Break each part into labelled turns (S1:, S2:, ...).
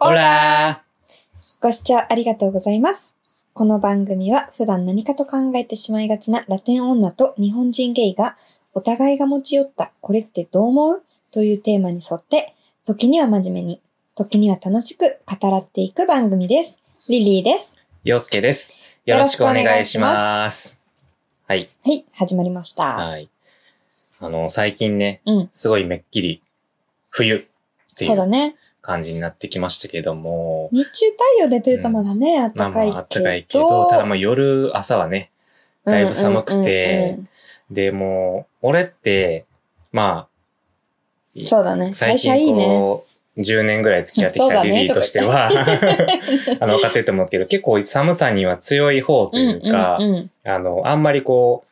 S1: オラ
S2: ご視聴ありがとうございます。この番組は普段何かと考えてしまいがちなラテン女と日本人ゲイがお互いが持ち寄ったこれってどう思うというテーマに沿って時には真面目に、時には楽しく語らっていく番組です。リリーです。
S1: 洋介です。よろしくお願いします。はい。
S2: はい、始まりました。
S1: はい。あの、最近ね、
S2: うん
S1: すごいめっきり、冬ってい
S2: そうだ
S1: う
S2: ね。
S1: 感じになってきましたけども、
S2: 日中太陽出てるとまだね、
S1: ま
S2: 暖
S1: あま
S2: かいけど。
S1: あ、あったかいけど、ただまあ夜、朝はね、だいぶ寒くてでもう、俺って、ま
S2: うん。
S1: あ、
S2: そうだね。
S1: 最
S2: 会
S1: 近
S2: 社いいね。
S1: こう、10年ぐらい付き合ってき
S2: そう
S1: た
S2: だね
S1: リリーとしては、 あの、分かってると思うけど、結構寒さには強い方というか、
S2: うんうん
S1: あの、あんまりこ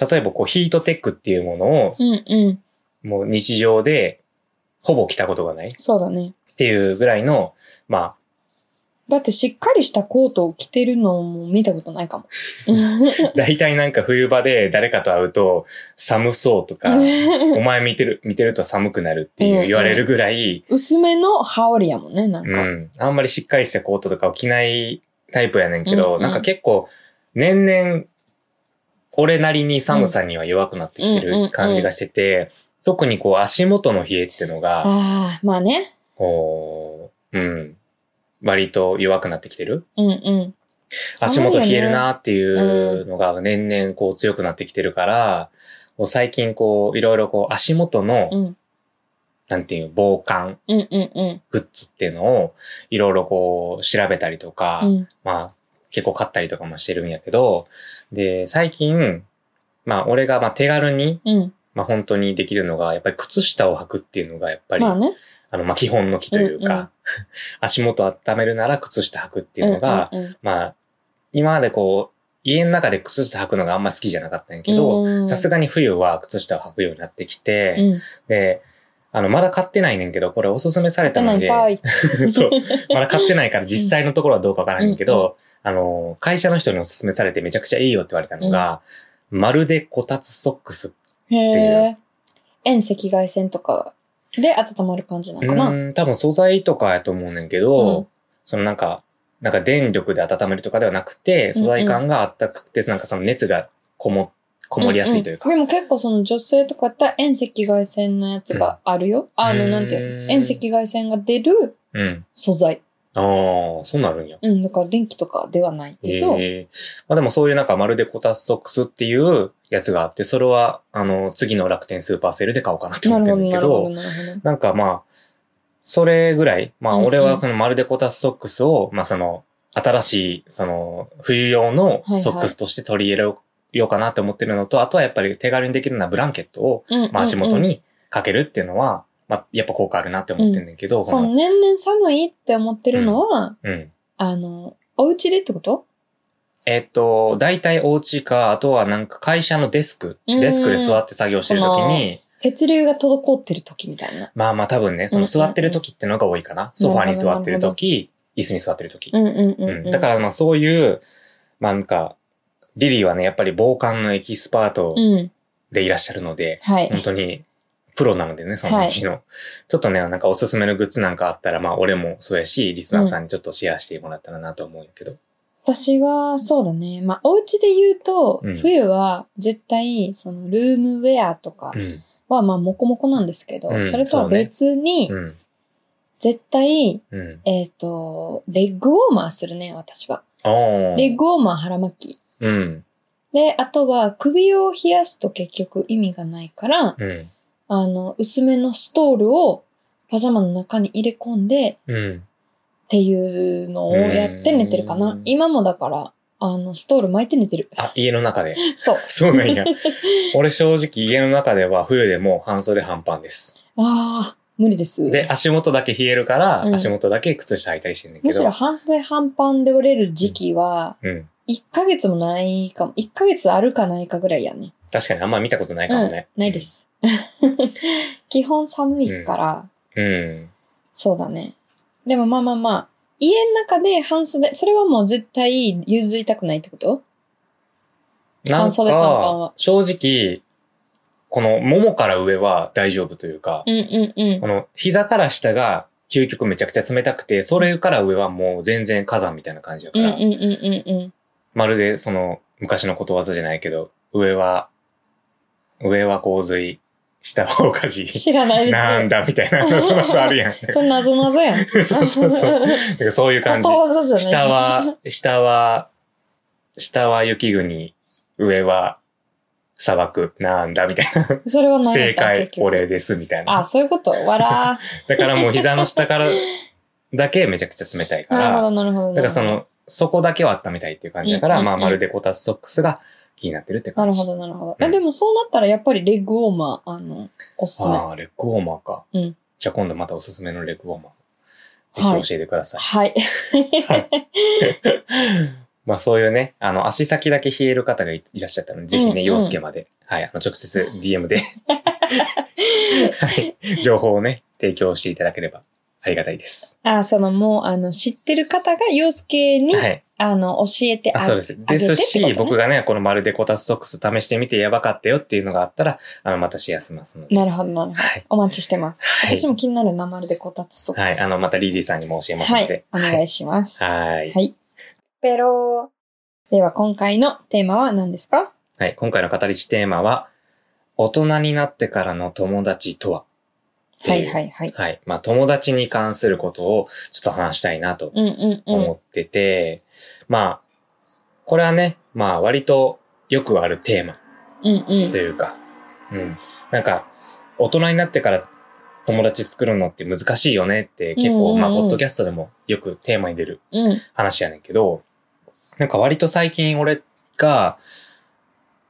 S1: う、例えばこう、ヒートテックっていうものを、
S2: うん。うんうん。
S1: もう日常で、ほぼ着たことがないっ
S2: そうだね。
S1: ていうぐらいの、 ま
S2: だってしっかりしたコートを着てるのも見たことないかも。
S1: あ、大体なんか冬場で誰かと会うと、寒そう とか、お前見てる、見てると寒くなるって
S2: うんう
S1: いうん言われるぐらい、
S2: 薄めの羽織やもんね、なん
S1: う
S2: か。
S1: ん。あんまりしっかりしたコートとかを着ないタイプやねんけど、
S2: うんうん
S1: なんか結構、年々、俺なりに寒さには弱くなってきて
S2: うんうんうん
S1: る感じがしてて、特にこう足元の冷えってのが、
S2: ああ、まあね。
S1: こう、うん。割と弱くなってきてる。
S2: うんうん。
S1: 足元冷えるなっていううのが年々こう強くなってきてるから、もう最近こういろいろこう足元の、
S2: 寒いよね。
S1: なんていう防寒
S2: うんうんうんうん
S1: グッズっていうのをいろいろこう調べたりとか、
S2: うん。
S1: まあ結構買ったりとかもしてるんやけど、で、最近、まあ俺がまあ手軽に、
S2: うん。
S1: まあ本当にできるのが、やっぱり靴下を履くっていうのがやっぱり、
S2: まあね。
S1: あの、まあ、基本の木というか、
S2: うんうん
S1: 足元温めるなら靴下履くっていうのが、
S2: うんうんうん、
S1: まあ、今までこう、家の中で靴下履くのがあんま好きじゃなかったんやけど、さす
S2: が
S1: がに冬は靴下を履くようになってきて、
S2: うん。
S1: で、あの、まだ買ってないねんけど、これおすすめされ
S2: 立
S1: た
S2: て
S1: の
S2: ない
S1: で、
S2: かい。
S1: そう、まだ買ってないから実際のところはどうかわからんねんけど、あの、会社の人におすすめされてめちゃくちゃいいよって言われたのが、まるでこたつソックス
S2: へ
S1: い
S2: え。遠赤外線とかで温まる感じなのか
S1: う
S2: な。
S1: ーん、多分素材とかやと思うねんけど、
S2: うん
S1: そのなんか、なんか電力で温めるとかではなくて、素材感があったかくて、なんかその熱がこも、こもりやすいというか。
S2: んんでも結構その女性とかやったら遠赤外線のやつがあるよ。あの、なんていう
S1: う
S2: の
S1: ん
S2: 遠赤外線が出る
S1: うん。
S2: 素材。
S1: ああ、そうなるんや。
S2: うん、だから電気とかではない
S1: え
S2: けど、
S1: えまあでもそういうなんかまるでこたつソックスっていうやつがあって、それは、あの、次の楽天スーパーセールで買おうかなと
S2: な
S1: 思
S2: る
S1: って
S2: ほ
S1: る
S2: ど、
S1: ん
S2: な
S1: だ
S2: るほど、な
S1: けど、
S2: るほど。
S1: なんかまあ、それぐらい、まあ
S2: うんうん
S1: 俺はそのまるでこたつソックスを、まあその、新しい、その、冬用の
S2: はいはい
S1: ソックスとして取り入れようかなって思ってるのと、あとはやっぱり手軽にできるようなブランケットを、
S2: うんうんうん
S1: まあ足元にかけるっていうのは、まあやっぱ効果あるなって思ってるんだけど、こ
S2: そ
S1: の
S2: の年々寒いって思ってるのは、
S1: うん。
S2: あの、お家でってこと
S1: えっと、大体お家か、あとはなんか会社のデスク、
S2: うん
S1: デスクで座って作業してる時に、
S2: 血流が滞ってる時みたいな。
S1: まあまあ多分ね、その座ってる時ってのが多いかな。ソファーに座ってる時、椅子に座ってる時。
S2: うんうんうん、
S1: う
S2: うんん。、
S1: だかららまあそういう、まあなんか、リリーはね、やっぱり防寒のエキスパート
S2: うん。
S1: でいらっしゃるので、
S2: はい。
S1: 本当にプロなのでね、その日の。ちょっとね、なんかおすすめのグッズなんかあったら、まあ俺もそうやし、リスナーさんにちょっとシェアしてもらったらなと思うんやけど。
S2: 私は、そうだね。まあ、お家で言うと、
S1: うん
S2: 冬は絶対、その、ルームウェアとか
S1: うん。
S2: は、まあ、もこもこなんですけど、
S1: うん
S2: それとは別に、
S1: うん。
S2: 絶対、
S1: うん。
S2: えっ、と、レッグウォーマーするね、私は。
S1: あー
S2: レッグウォーマー腹巻き。
S1: うん。
S2: で、あとは、首を冷やすと結局意味がないから、
S1: うん。
S2: あの、薄めのストールをパジャマの中に入れ込んで
S1: うん。
S2: っていうのをやって寝てるか
S1: う。
S2: なん今もだから、あの、ストール巻いて寝てる。
S1: あ、家の中で。
S2: そう。
S1: そ うなんや。俺正直家の中では冬でも半袖半パンです。
S2: ああ、無理です。
S1: で、足元だけ冷えるから、
S2: うん
S1: 足元だけ靴下履いたりしてんだけど。
S2: むしろ半袖半パンで折れる時期は、
S1: うん。
S2: 1ヶ月もないかも。1ヶ月あるかないかぐらいやね。
S1: 確かにあんま見たことないか
S2: う
S1: も
S2: ん
S1: ね。。
S2: ないで。す。 基本寒いから、
S1: うん。
S2: そうだね。でもまあまあまあ、家の中で半袖、それはもう絶対譲りたくないってこと
S1: なん
S2: 半袖短パン
S1: か
S2: は、
S1: 正直、このももから上は大丈夫というか、
S2: うんうんうん。
S1: この膝から下が究極めちゃくちゃ冷たくて、それから上はもう全然火山みたいな感じだか
S2: うんうん
S1: ら、
S2: うんうんうん。
S1: まるでその昔のことわざじゃないけど、上は、上は洪水、下は火事。
S2: 知らないです。
S1: なんだみたいな、そのさあるやん。
S2: それ謎謎やん。
S1: そうそうそう。なんかそういう感じ
S2: こと。わざじゃない。
S1: 下。は、下は、下は雪国、上は砂漠、なんだ みたいな。
S2: それは何や
S1: 正
S2: った
S1: 解、
S2: 結
S1: こ。れです、みたい
S2: 局あ、
S1: な。
S2: そういうこと。わら。
S1: だからもう膝の 下からだけめちゃくちゃ冷たいか
S2: なるほど、
S1: ら、
S2: なるほど。
S1: だからその、そこだけは温めたいっていう感じだから、
S2: うんうんう
S1: ま
S2: ん
S1: あまるでこたつソックスが気になってるって
S2: な
S1: 感
S2: る
S1: じ。
S2: ほど、なるほど。
S1: う
S2: え、
S1: ん
S2: でもそうなったらやっぱりレッグウォーマー、あの、おすすめ。
S1: ああ、レッグウォーマーか。
S2: うん
S1: じゃあ今度またおすすめのレッグウォーマー。ぜ
S2: はい
S1: ひ教えてください。
S2: はい。
S1: まあそういうね、あの、足先だけ冷える方がいいらっしゃったので、ぜひ
S2: うんう
S1: ね、
S2: ん
S1: 洋介まで、はい、あの、直接 DM で、はい、情報をね、提供していただければありがたいです。
S2: あ、そのもう、あの、知ってる方が洋介に、
S1: はい。
S2: あの、教えて
S1: あ、
S2: あ
S1: そ
S2: る。
S1: うです。
S2: あ
S1: で
S2: げてってこ
S1: す
S2: と
S1: し、
S2: ね
S1: 僕がね、このまるでこたつソックス試してみてやばかったよっていうのがあったら、あの、またシェアしますので。
S2: なるほど、なるほど。
S1: はい。
S2: お待ちしてます。
S1: はい
S2: 私も気になるなまるでこたつソッ
S1: は
S2: ク
S1: い。
S2: ス。
S1: あの、またリリーさんにも教えます
S2: は
S1: の
S2: い
S1: で。。
S2: お願いします。
S1: はい。
S2: はい。ペロー。では今回のテーマは何ですか
S1: はい。今回の語り師テーマは、大人になってからの友達とはって
S2: はいいうはいはい。
S1: はい。まあ、友達に関することをちょっと話したいなと
S2: うんうんう
S1: 思
S2: ん。
S1: ってて、まあ、これはね、まあ、割とよくあるテーマ
S2: うんうん
S1: と。いうか、うん。なんか、大人になってから友達作るのって難しいよねって結
S2: うんうん
S1: 構、
S2: うん
S1: まあ、ポッドキャストでもよくテーマに出る
S2: うん
S1: 話やねんけど、なんか割と最近俺が、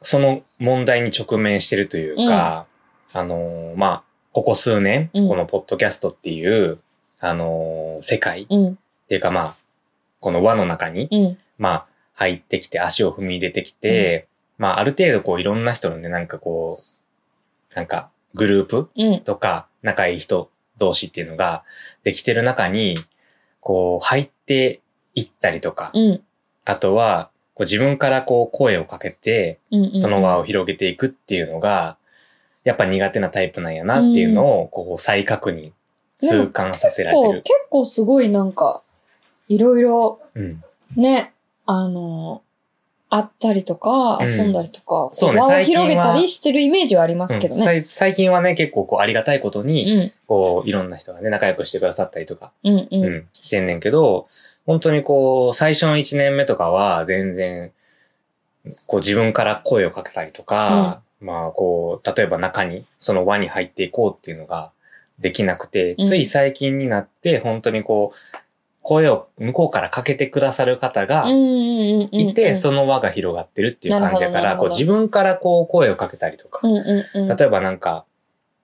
S1: その問題に直面してるというか、あのーまあ、ここ数年、
S2: うん
S1: このポッドキャストっていう、あのー世界っ
S2: うん
S1: ていうかまあ、この輪の中に、
S2: うん
S1: まあ、入ってきて、足を踏み入れてきて、まあ、ある程度こう、いろんな人のね、なんかこう、なんか、グループ
S2: うん
S1: とか、仲いい人同士っていうのができてる中に、こう、入っていったりとか、
S2: うん
S1: あとは、こう自分からこう声をかけて、
S2: うん。
S1: その輪を広げていくっていうのが、やっぱ苦手なタイプなんやなっていうのを、こう再確認、痛感させられて
S2: こう
S1: る
S2: 結。構すごいなんか、いろいろ
S1: うん、
S2: ね、あの、会ったりとか、
S1: うん
S2: 遊んだりとか、
S1: そうね
S2: こ輪を
S1: 最近は
S2: 広げたりしてるイメージはありますけど
S1: うんさ
S2: ね。
S1: い最近はね、結構こうありがたいこと
S2: う
S1: に、
S2: ん
S1: こういろんな人がね、仲良くしてくださったりとか、
S2: うん
S1: う、
S2: うん
S1: してんねんけど、本当にこう、最初の1年目とかは全然、こう自分から声をかけたりとか、まあこう、例えば中に、その輪に入っていこうっていうのができなくて、
S2: うん
S1: つい最近になって、本当にこう、声を向こうからかけてくださる方
S2: ん。うん
S1: が
S2: うんうんうん。
S1: いて、その輪が広がってるっていう感じだ
S2: な
S1: か
S2: る
S1: ら、
S2: ほ
S1: こ
S2: どなるほど
S1: う自分からこう声をかけたりとか
S2: う、んうんうん。
S1: 例えばなんか、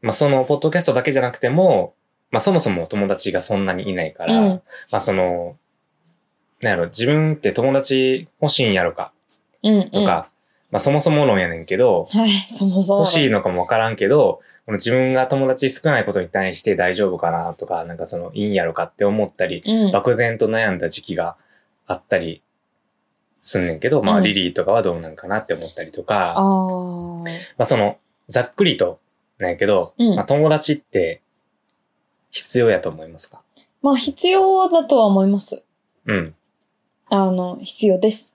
S1: まあ、その、ポッドキャストだけじゃなくても、まあ、そもそも友達がそんなにいないから、
S2: うん
S1: まあ、その、なんやろ、自分って友達欲しいんやろか、
S2: うんうん。
S1: とか、まあ、そもそも論やねんけど、
S2: はい、そもそも。
S1: 欲しいのかもわからんけど、この自分が友達少ないことに対して大丈夫かなとか、なんかその、いいんやろかって思ったり、
S2: うん。
S1: 漠然と悩んだ時期があったりすんねんけど、まあ、
S2: うん
S1: リリーとかはどうなんかなって思ったりとか、
S2: ああ。
S1: まあその、ざっくりと、なんやけど、
S2: うん
S1: まあ友達って、必要やと思いますか
S2: まあ、必要だとは思います。
S1: うん。
S2: あの、必要 です。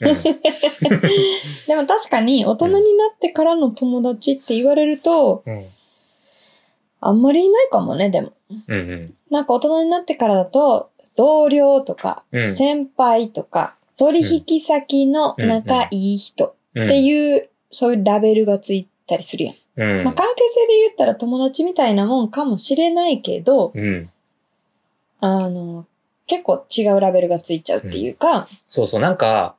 S1: うん。
S2: でも確かに、大人になってからの友達って言われると、
S1: うん。
S2: あんまりいないかもね、でも。
S1: うん。
S2: なんか大人になってからだと、同僚とか、
S1: うん
S2: 先輩とか、取引先の仲いい人
S1: うん。
S2: って
S1: う
S2: いう、そういうラベルがついたりするやん。
S1: ん。
S2: まあ、関係性で言ったら友達みたいなもんかもしれないけど、
S1: うん。
S2: あの、結構違うラベルがついちゃうっていうか、
S1: そうそう、なんか、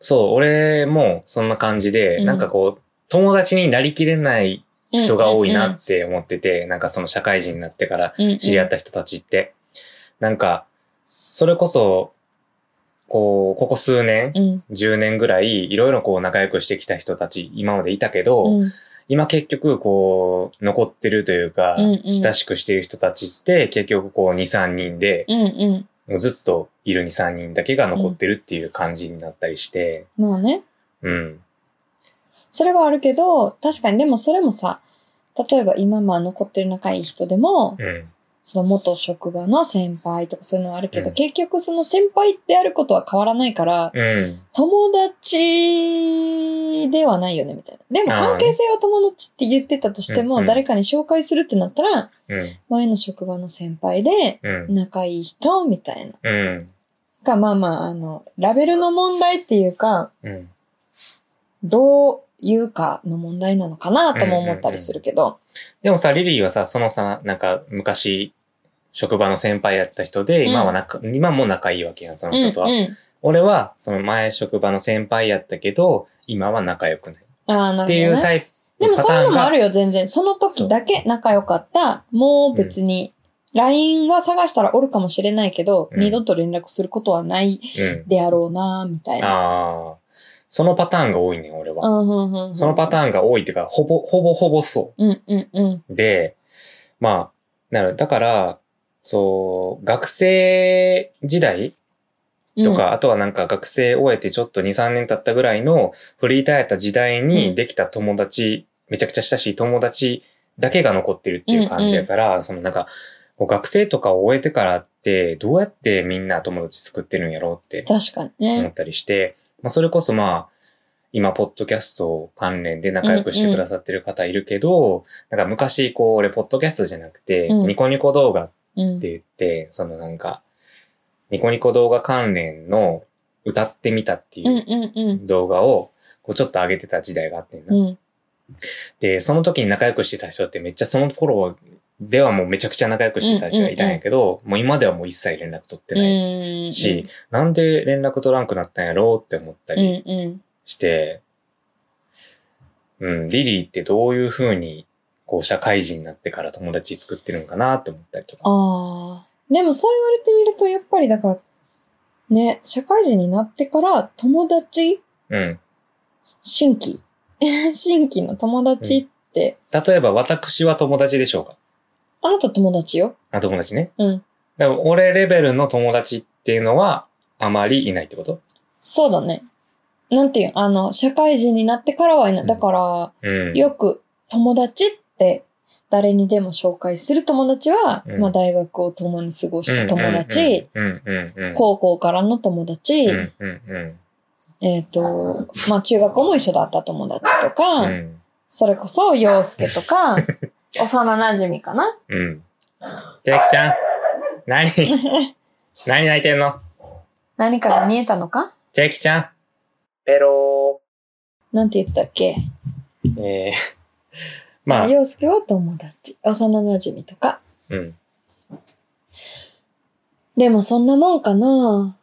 S1: そう、俺もそんな感じで、
S2: うん
S1: なんかこう、友達になりきれない人が多いな
S2: うんうんうん
S1: って思ってて、なんかその社会人になってから
S2: うんうん
S1: 知り合った人たちって、なんか、それこそ、こう、ここ数年、
S2: うん。
S1: 10年ぐらい、いろいろこう仲良くしてきた人たち、今までいたけど、
S2: うん。
S1: 今結局こう、残ってるというか、
S2: うんうん
S1: 親しくしている人たちって、結局こう、2、3人で、
S2: うんうん。
S1: もうずっといる2、3人だけが残ってるっていう感じになったりして、
S2: まあね。
S1: うん。
S2: それはあるけど、確かにでもそれもさ、例えば今まあ残ってる仲いい人でも、
S1: うん。
S2: その元職場の先輩とかそういうのはあるけど、
S1: うん
S2: 結局その先輩であることは変わらないから、
S1: うん。
S2: 友達ではないよね、みたいな。でも
S1: あーね
S2: 関係性は友達って言ってたとして
S1: うんう
S2: も、
S1: ん
S2: 誰かに紹介するってなったら、
S1: うん。
S2: 前の職場の先輩で、
S1: うん。
S2: 仲いい人、みたいな。
S1: うん。
S2: か、まあまあ、あの、ラベルの問題っていうか、
S1: うん。
S2: どういうかの問題なのかなとも思ったりするけど、
S1: でもさ、リリーはさ、そのさ、なんか昔、職場の先輩やった人で、
S2: うん
S1: 今は仲、今も仲いいわけやん、その人とは。
S2: うんうん
S1: 俺は、その前職場の先輩やったけど、今は仲良くない。
S2: ああ、なるほど、ね。
S1: っていうタイ
S2: で
S1: プ、
S2: も
S1: パ
S2: そ
S1: タ
S2: ういう
S1: ー
S2: の
S1: ン
S2: もあ
S1: が
S2: るよ、全然。その時だけ仲良かった。もう別に、LINE は探したらおるかもしれないけど、
S1: うん
S2: 二度と連絡することはない
S1: うん。
S2: であろうな、みたいな。
S1: ああ。そのパターンが多いね、俺
S2: う
S1: は。
S2: んうんうんうん、
S1: そのパターンが多いっていうか、ほぼ、ほぼほぼそう。
S2: うんうんうん。
S1: で、まあ、なる、だから、そう、学生時代
S2: うん
S1: とか、、あとはなんか学生終えてちょっと2、3年経ったぐらいのフリーターやった時代
S2: うん
S1: にできた友達、めちゃくちゃ親しい友達だけが残ってるっていう感じやから、そのなんか、もう学生とかを終えてからって、どうやってみんな友達作ってるんやろうって
S2: 確かに
S1: 思
S2: ね。
S1: ったりして、まあそれこそまあ、今、ポッドキャスト関連で仲良くしてくださってる方いるけど、なんか昔、こう、俺、ポッドキャストじゃなくて、
S2: うん
S1: ニコニコ動画
S2: うん
S1: って言って、そのなんか、ニコニコ動画関連の歌ってみたって
S2: うん
S1: いう
S2: うんうん。
S1: 動画を、こうちょっと上げてた時代があってんな、
S2: うん。
S1: で、その時に仲良くしてた人ってめっちゃその頃ではもうめちゃくちゃ仲良くしてた人がいたんやけど、もう今ではもう一切連絡取ってない
S2: うん。
S1: し、なんで連絡取らんくなったんやろうって思った
S2: う
S1: り
S2: んうん。
S1: して、うん、リリーってどういう風に、こう社会人になってから友達作ってるんかなって思ったりとか。
S2: ああ。でもそう言われてみると、やっぱりだから、ね、社会人になってから友達、
S1: うん。
S2: 新規、 新規の友達って、
S1: 例えば私は友達でしょうか
S2: あなた友達よ。
S1: あ、友達ね。
S2: うん。
S1: でも、俺レベルの友達っていうのは、あまりいないってこと
S2: そうだね。なんていうのあの、社会人になってからはいな
S1: う
S2: い。
S1: ん
S2: だから、
S1: うん。
S2: よく友達って、誰にでも紹介する友達は、
S1: うん
S2: まあ大学を共に過ごした友達、。
S1: うんうんうん。
S2: 高校からの友達、
S1: うんうんうん。
S2: えっ、と、まあ中学校も一緒だった友達と
S1: う
S2: か、
S1: ん。
S2: それこそ陽介と か、幼馴染かな
S1: うん。千秋ちゃん、 何何泣いてんの
S2: 何かが見えたのか
S1: 千秋ちゃん。ペロ
S2: なんて言ってたっけ
S1: ー。えー、まあ、
S2: 陽介は友達、幼馴染とか、
S1: うん。
S2: でもそんなもんかな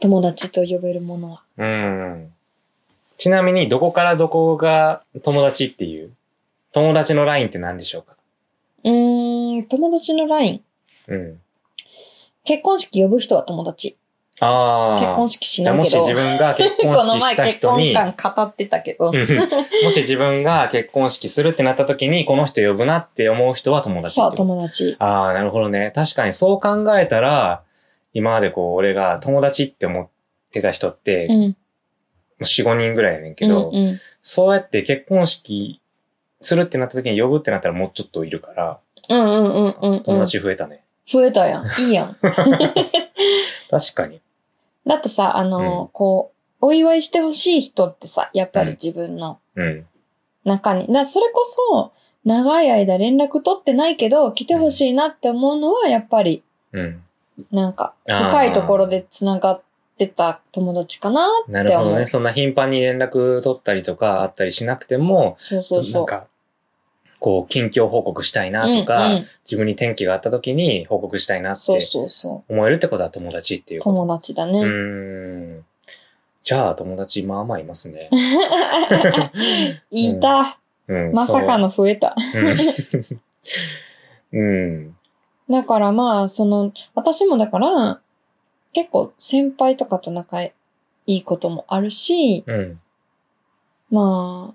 S2: 友達と呼べるものは。
S1: うん。ちなみに、どこからどこが友達っていう、友達のラインって何でしょうか
S2: うーん、友達のライン。
S1: うん。
S2: 結婚式呼ぶ人は友達。
S1: ああ。
S2: 結婚式し
S1: じ
S2: な
S1: ゃあ
S2: い
S1: も
S2: け
S1: し
S2: ど。
S1: 自分が結婚
S2: この前
S1: 式した
S2: 結
S1: 人
S2: 婚
S1: に、
S2: 観語ってたけど。
S1: もし自分が結婚式するってなった時に、この人呼ぶなって思う人は友達
S2: そ
S1: っ
S2: う、
S1: てこと。
S2: 友達。
S1: ああ、なるほどね。確かにそう考えたら、今までこう、俺が友達って思ってた人って、
S2: う
S1: も
S2: ん。
S1: う4、5人ぐらいやねんけど、
S2: うんうん、
S1: そうやって結婚式するってなった時に呼ぶってなったらもうちょっといるから、
S2: うんうんうんうんうん
S1: 友達増えたね。
S2: 増えたやん。いいやん。
S1: 確かに。
S2: だってさ、あの、
S1: うん
S2: こう、お祝いしてほしい人ってさ、やっぱり自分の
S1: うん。
S2: 中に。な、それこそ、長い間連絡取ってないけど、来てほしいなって思うのは、やっぱり、
S1: うん。
S2: なんか、
S1: あー
S2: 深いところで繋がってた友達かな
S1: なるほ
S2: って
S1: ど
S2: 思う
S1: ね。そんな頻繁に連絡取ったりとかあったりしなくても、
S2: そうそう
S1: な
S2: そ
S1: ん
S2: う。
S1: か、こう、近況報告したいなとか、
S2: うんうん
S1: 自分に転機があった時に報告したいなっ
S2: そう
S1: て
S2: そうそ。
S1: 思えるってことは友達っていううこと。
S2: 友達だ
S1: う
S2: ね。
S1: ーん。じゃあ、友達、まあまあいますね。
S2: いた。
S1: うん、
S2: まさかの増えた。
S1: そう。うん。うん。
S2: だからまあ、その、私もだから、結構先輩とかと仲いいこともあるし、
S1: うん。
S2: まあ、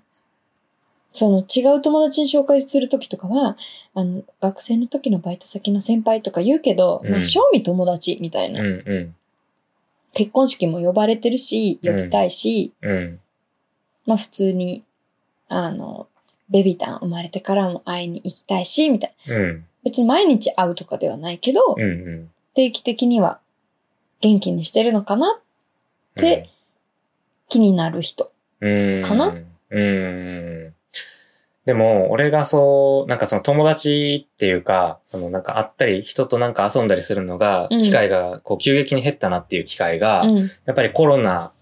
S2: その違う友達に紹介するときとかは、あの、学生の時のバイト先の先輩とか言うけど、
S1: うん
S2: まあ、正味友達みたいな。
S1: うん。うん。
S2: 結婚式も呼ばれてるし、呼びたいし、
S1: うん。
S2: まあ普通に、あの、ベビタン生まれてからも会いに行きたいし、みたいな。
S1: うん。
S2: 別に毎日会うとかではないけど、
S1: うんうん。
S2: 定期的には元気にしてるのかなで、気になる人。
S1: うん。
S2: かな
S1: うん。でも、俺がそう、なんかその友達っていうか、そのなんか会ったり、人となんか遊んだりするのが、
S2: うん
S1: 機会が、こう急激に減ったなっていう機会が、
S2: うん。
S1: やっぱりコロナ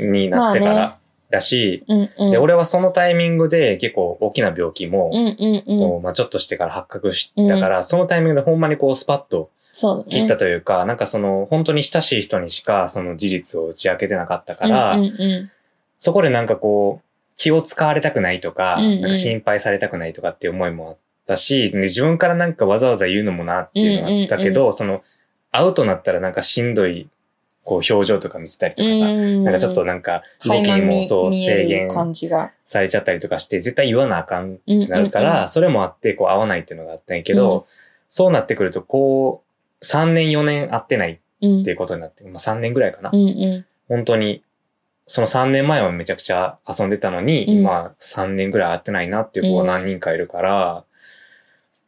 S1: になってか
S2: まあね
S1: らだし、
S2: うんうん。
S1: で、俺はそのタイミングで結構大きな病気も、
S2: うんうんうん。
S1: こうまあ、ちょっとしてから発覚したから、そのタイミングでほんまにこうスパッと
S2: そうだね。
S1: 切ったというか、なんかその本当に親しい人にしかその事実を打ち明けてなかったから、
S2: うんうんうん。
S1: そこでなんかこう気を使われたくないとか、
S2: うんうん
S1: なんか心配されたくないとかっていう思いもあったし、で自分からなんかわざわざ言うのもなっていうのがあったけど、その会うとなったらなんかしんどいこう表情とか見せたりとかさ、
S2: な
S1: なんかちょっとなんか動きにもそう制限
S2: 感じが。
S1: されちゃったりとかして、絶対言わなあかんってなるから、
S2: うんうんう
S1: それもあって、こう、合わないっていうのがあったんやけど、
S2: う
S1: そうなってくると、こう、3年4年会ってないっ
S2: うん。
S1: ていうことになって、まあ3年ぐらいかな。
S2: うんう
S1: 本当に、その3年前はめちゃくちゃ遊んでたのに、
S2: うん
S1: 今3年ぐらい会ってないなっていう子
S2: う
S1: が
S2: ん
S1: 何人かいるから、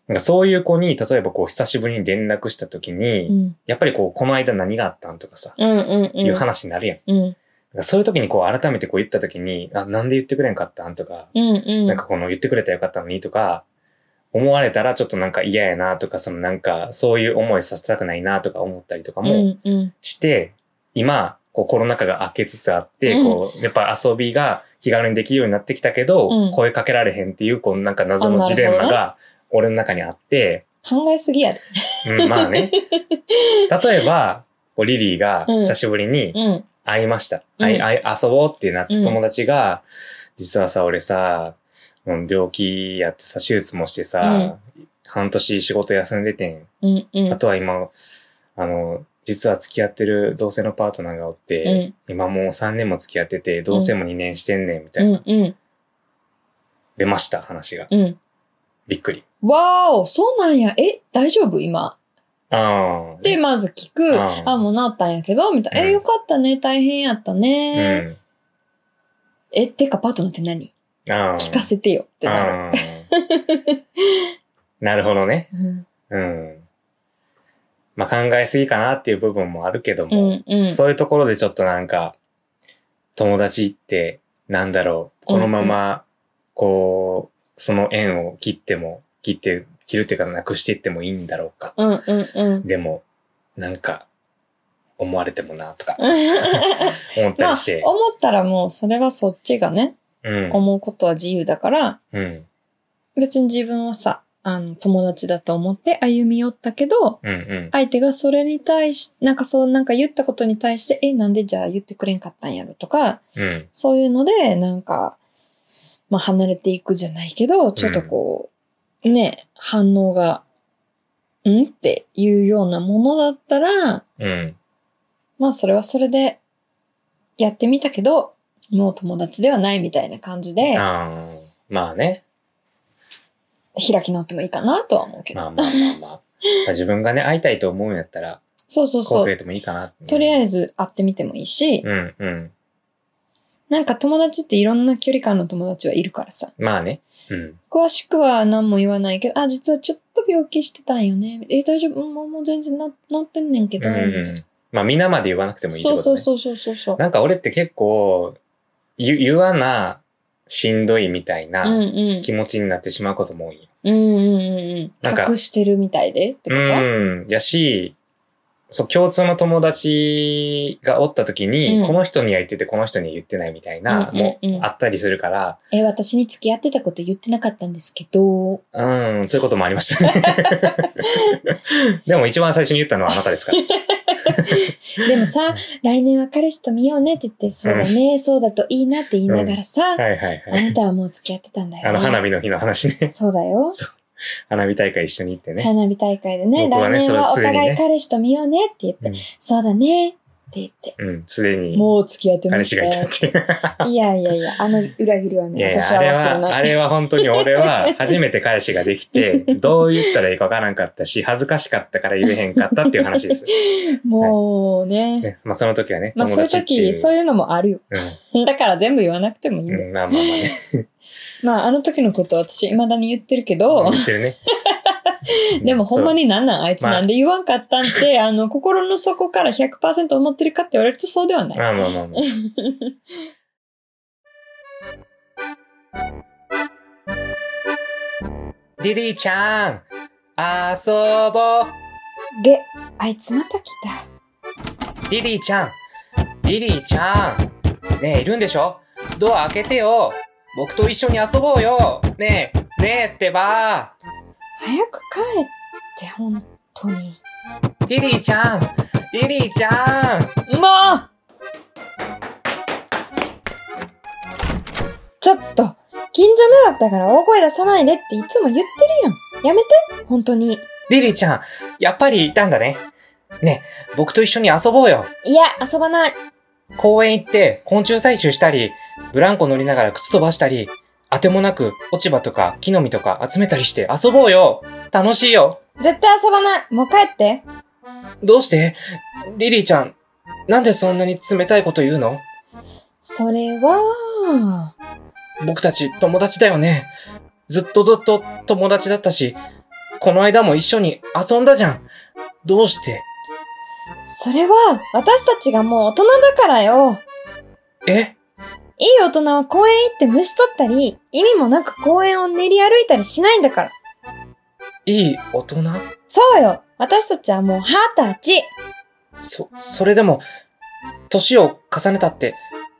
S1: なんかそういう子に、例えばこう、久しぶりに連絡した時に、
S2: ん。うん
S1: やっぱりこう、この間何があったんとかさ、
S2: うんうんうん。
S1: いう話になるやん。
S2: うん
S1: なんかそういう時にこう、改めてこう言った時に、あ、なんで言ってくれんかったんとか、
S2: うんうん。
S1: なんかこの言ってくれたらよかったのにとか、思われたらちょっとなんか嫌やなとか、そのなんかそういう思いさせたくないなとか思ったりとか
S2: う
S1: も
S2: んうん。
S1: して、今、こうコロナ禍が明けつつあって、
S2: うん
S1: こう、やっぱ遊びが気軽にできるようになってきたけど、
S2: うん
S1: 声かけられへんっていう、このなんか謎のジレンマ
S2: あな
S1: が俺の中にあって、
S2: 考えすぎやで。
S1: うん、ま あね。例えば、こうリリーが
S2: うん
S1: 久しぶりに
S2: うん。
S1: 会いました。
S2: うん
S1: 会い会い遊ぼうってなっ
S2: う
S1: て
S2: ん
S1: 友達が、実はさ、俺さ、うん病気やってさ、手術もしてさ、半年仕事休んでてん。
S2: うんうん。
S1: あとは今、あの、実は付き合ってる同性のパートナーがおって、今もう3年も付き合ってて、同性も2年してんねん、みた
S2: う
S1: いな。
S2: んうん
S1: 出ました、話が。
S2: うん。
S1: びっくり。
S2: わーお、そうなんや。え、大丈夫今。
S1: ああ。
S2: で、まず聞く。
S1: うん
S2: あ、もうなったんやけど、みたいな。
S1: うん
S2: え、よかったね。大変やった
S1: う
S2: ね。
S1: ん。
S2: え、てか、パートナーって何
S1: ああ。
S2: 聞かせてよってなる。
S1: あー なるほどね。
S2: うん
S1: うん。まあ、考えすぎかなっていう部分もあるけど
S2: う
S1: も、
S2: んうん。
S1: そういうところでちょっとなんか、友達ってなんだろう、このまま、こう、その縁を切っても、切って、切るっていうかなくしていってもいいんだろうか。
S2: うんうんうん。
S1: でも、なんか、思われてもな、とか、思った
S2: まあ
S1: りして、。
S2: 思ったらもう、それはそっちがね、
S1: うん。
S2: 思うことは自由だから、
S1: うん。
S2: 別に自分はさ、あの、友達だと思って歩み寄ったけど、
S1: うん。うん。
S2: 相手がそれに対し、なんかそう、なんか言ったことに対して、え、なんでじゃあ言ってくれんかったんやろとか、
S1: うん。
S2: そういうので、なんか、まあ離れていくじゃないけど、ちょっとこう、ね、反応が、んっていうようなものだったら、
S1: うん。
S2: まあそれはそれでやってみたけど、もう友達ではないみたいな感じで、
S1: あーまあね。
S2: 開き直ってもいいかなとは思うけど。
S1: まあまあまあまあ。自分がね、会いたいと思うんやったら、
S2: そうそう
S1: 声
S2: そ
S1: かけ
S2: う。
S1: てもいいかな。
S2: とりあ
S1: ず
S2: えず会ってみてもいいし、
S1: うんうん。
S2: なんか友達っていろんな距離感の友達はいるからさ。
S1: まあね。うん。
S2: 詳しくは何も言わないけど、あ、実はちょっと病気してたんよね。え、大丈夫もうもう全然ななってんねんけ
S1: う
S2: ど。
S1: んうん。まあ皆まで言わなくてもいいって
S2: そ
S1: こ
S2: う
S1: と
S2: そう
S1: ね。
S2: そうそうそうそう。
S1: なんか俺って結構、ゆ言わな、しんどいみたい
S2: うん
S1: な
S2: うん。
S1: 気持ちになってしまうことも多い。
S2: うんうんうん
S1: なん
S2: う
S1: か
S2: ん。隠してるみたいでってこと
S1: うん。やし、そう、共通の友達がおった時に、
S2: うん
S1: この人には言ってて、この人には言ってないみたいな、
S2: うんうん
S1: も
S2: うん
S1: あったりするから、
S2: え、私に付き合ってたこと言ってなかったんですけど。
S1: うん、そういうこともありまし たね。でも一番最初に言ったのはあなたですから。
S2: でもさ、来年は彼氏と見ようねって言って、そうだね、そうだといいなって言いながらさ、
S1: はいはいは
S2: あ
S1: い。
S2: なたはもう付き合ってたんだよね。
S1: あの、花火の日の話ね。
S2: そうだよ。
S1: 花火大会一緒に行ってね。
S2: 花火大会でね、
S1: 僕は
S2: 来
S1: ね
S2: 年はお
S1: それすでにね
S2: 互い彼氏と見ようねって言って、
S1: うん
S2: そうだね、って言って。
S1: うん、すでに、
S2: もう付き合ってま
S1: 彼
S2: し
S1: 氏
S2: た
S1: がいた
S2: よ
S1: っていう。
S2: いやいやいや、あの裏切りはね、
S1: いやいや
S2: 私は
S1: あれ
S2: 忘れ
S1: は、
S2: な
S1: あ
S2: い。
S1: れは本当に俺は初めて彼氏がで きて、どう言ったらいいかわからんかったし、恥ずかしかったから言えへんかったっていう話 です。
S2: もうね。
S1: ねまあその時はね、
S2: まあ
S1: 友
S2: そういう
S1: 達っていう。
S2: 時、そういうのもあるよ。だから全部言わなくてもいいん
S1: う
S2: だよ
S1: ん、うん、まあまあまあね。
S2: まあ、あの時のこと私、未だに言ってるけど、。
S1: 言ってるね
S2: でもほんま
S1: に。
S2: になんなんあいつ
S1: まあ
S2: なんで言わんかったんって、 あ、の、心の底から100%思ってるかって言われるとそうではない。
S1: まあまあまあ まあ。リリーちゃん、遊ぼう。
S2: で、あいつまた来た。
S1: リリーちゃんリリーちゃんねえ、いるんでしょドア開けてよ僕と一緒に遊ぼうよねえ、ねえってば
S2: 早く帰って、ほんとに。
S1: リリーちゃんリリーちゃん
S2: もうちょっと近所迷惑だから大声出さないでっていつも言ってるやん。やめて、本当に。
S1: リリーちゃんやっぱりいたんだねねえ、僕と一緒に遊ぼうよ
S2: いや、遊ばない。
S1: 公園行って昆虫採集したり、ブランコ乗りながら靴飛ばしたり、あてもなく落ち葉とか木の実とか集めたりして遊ぼうよ楽しいよ
S2: 絶対遊ばない。もう帰って。
S1: どうしてリリーちゃん、なんでそんなに冷たいこと言うの
S2: それは、
S1: 僕たち友達だよね。ずっとずっと友達だったし、この間も一緒に遊んだじゃん。どうして
S2: それは私たちがもう大人だからよ。
S1: え
S2: いい大人は公園行って虫取ったり、意味もなく公園を練り歩いたりしないんだから。
S1: いい大人
S2: そうよ。私たちはもう二十歳。
S1: そ、それでも、年を重ねたって、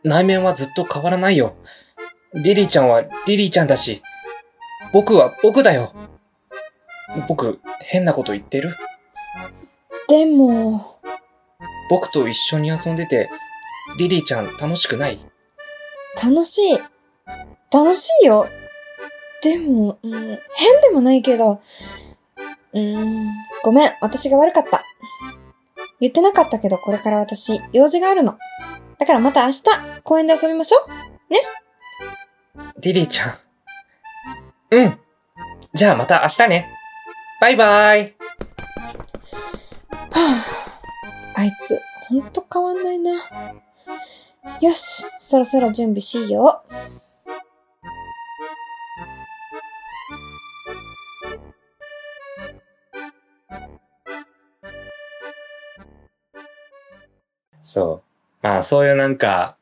S1: 内面はずっと変わらないよ。リリーちゃんはリリーちゃんだし、僕は僕だよ。僕、変なこと言ってる
S2: でも、
S1: 僕と一緒に遊んでて、リリーちゃん楽しくない
S2: 楽しい。楽しいよ。でも、うん、変でもないけど、うーん、ごめん、私が悪かった。言ってなかったけど、これから私、用事があるの。だからまた明日、公園で遊びましょう。
S1: リリーちゃん。うん。じゃあまた明日ね。バイバイ。
S2: はあ、あいつ、ほんと変わんないな。よし、そろそろ準備しいよう。
S1: そう。まあそういうなんか、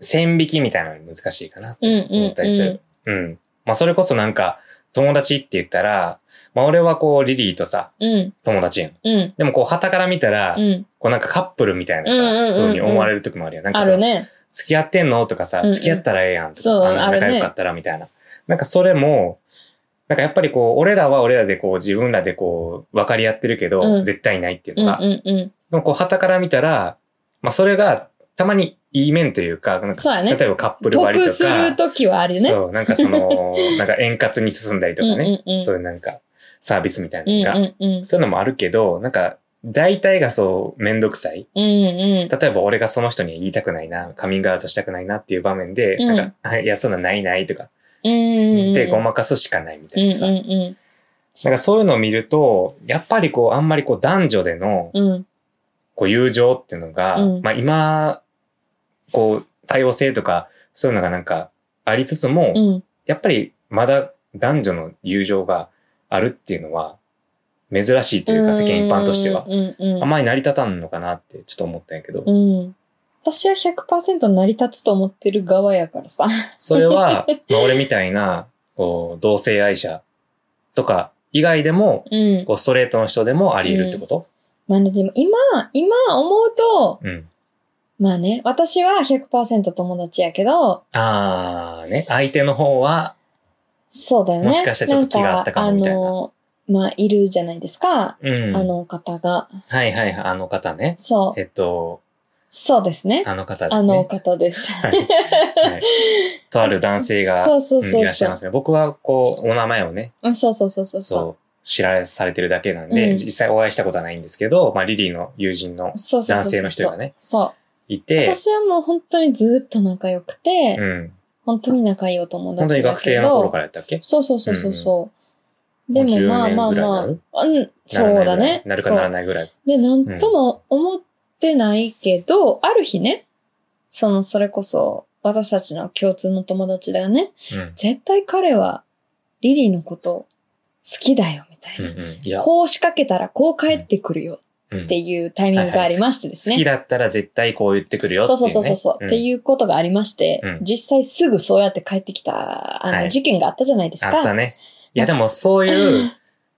S1: 線引きみたいなのが難しいかな。
S2: うん
S1: 思ったりする。うん。まあそれこそなんか、友達って言ったら、まあ俺はこうリリーとさ、
S2: うん、
S1: 友達やん。
S2: うん、
S1: でもこう旗から見たら、
S2: うん。
S1: こうなんかカップルみたいなさ、
S2: うんうんうんうん
S1: 風に思われる時もあるよ。なんか
S2: あ
S1: さ、
S2: るね。
S1: 付き合ってんのとかさ
S2: うんう、ん
S1: 付き合ったらええやんとか、
S2: そう
S1: あの
S2: あるね
S1: 仲良かったらみたいな。なんかそれも、なんかやっぱりこう、俺らは俺らでこう、自分らでこう、分かり合ってるけど、
S2: うん
S1: 絶対ないっていう
S2: う
S1: の
S2: ん、
S1: が、
S2: うん、うん。
S1: でもこう、旗から見たら、まあそれが、たまにいい面というか、なんか
S2: そうやね
S1: 例えばカップル割り
S2: 得
S1: と
S2: す
S1: か、
S2: るときはあるよね。
S1: そう、なんかそ の、なんか円滑に進んだりと
S2: う
S1: かね、
S2: んうんうん
S1: そういうなんか、サービスみたい
S2: うん
S1: なのが、
S2: うんうん。
S1: そういうのもあるけど、なんか、大体がそう、めんどくさい。
S2: うんうん。
S1: 例えば俺がその人に言いたくないな、カミングアウトしたくないなっていう場面で、
S2: うん
S1: なんか、あいや、そんなんないないとか、
S2: うんうん。
S1: で、ごまかすしかないみた
S2: う
S1: い
S2: ん
S1: な
S2: う
S1: さ。
S2: ん
S1: なんかそういうのを見ると、やっぱりこう、あんまりこう、男女での、
S2: うん。うん。
S1: こう、友情っていうのが、
S2: うん
S1: まあ今、こう、多様性とか、そういうのがなんか、ありつつも、
S2: うん。
S1: やっぱりまだ男女の友情があるっていうのは、珍しいというか、世間一般としては
S2: う、んうん
S1: あんまり成り立たんのかなって、ちょっと思ったんやけど、
S2: うん。うん。私は100%成り立つと思ってる側やからさ。
S1: それは、 まあ、俺みたいな、こう、同性愛者とか以外でも、
S2: うん。
S1: こう、ストレートの人でもあり得るってこと
S2: まあね、でも今、今思うと、
S1: うん。
S2: まあね、私は100%友達やけど、
S1: あー、ね。相手の方は、
S2: そうだよね。
S1: もしかしてちょっと気があったかもみたいなん
S2: あの、まあ、いるじゃないですか。
S1: うん。
S2: あ、の方が。
S1: はいはい、あの方ね。
S2: そう。
S1: えっと、
S2: そうですね。
S1: あの方で
S2: あ
S1: すね。
S2: の方です。
S1: はい。とある男性が、
S2: そうそうそううん そう
S1: いらっしゃいますね。僕は、こう、お名前をね、
S2: うんそうそうそうそう。そう
S1: そ知らされてるだけなん
S2: う
S1: で、
S2: ん
S1: 実際お会いしたことはないんですけど、まあ、リリーの友人
S2: そう
S1: の
S2: そうそうそう。
S1: 男性の人がね、
S2: そう。
S1: いて、
S2: 私はもう本当にずっと仲良くて、
S1: うん。
S2: 本当に仲良いお友達だけど。
S1: 本当に学生の頃からやったっけ
S2: そうそうそうそうそう。でも
S1: う10
S2: まあまあ
S1: 年ぐら
S2: ま
S1: いになる
S2: あ、うん、そうだね。
S1: なるかなら
S2: そう
S1: ないぐらい。
S2: で、なんとも思ってないけど、ある日ね、その、それこそ、私たちの共通の友達だよね、
S1: うん。
S2: 絶対彼は、リリーのこと、好きだよ、みたい
S1: うん
S2: な。
S1: うん。いや、
S2: こう仕掛けたら、こう帰ってくるよ、
S1: うん
S2: っていうタイミングがありましてですね。
S1: 好きだったら絶対こう言ってくるよって
S2: そ
S1: いうう、
S2: そう
S1: ね。
S2: そうそうそう、
S1: ん
S2: っていうことがありまして、
S1: うん
S2: 実際すぐそうやって帰ってきた、あの、
S1: はい
S2: 事件があったじゃないですか。
S1: あったね。いや、でもそう いう、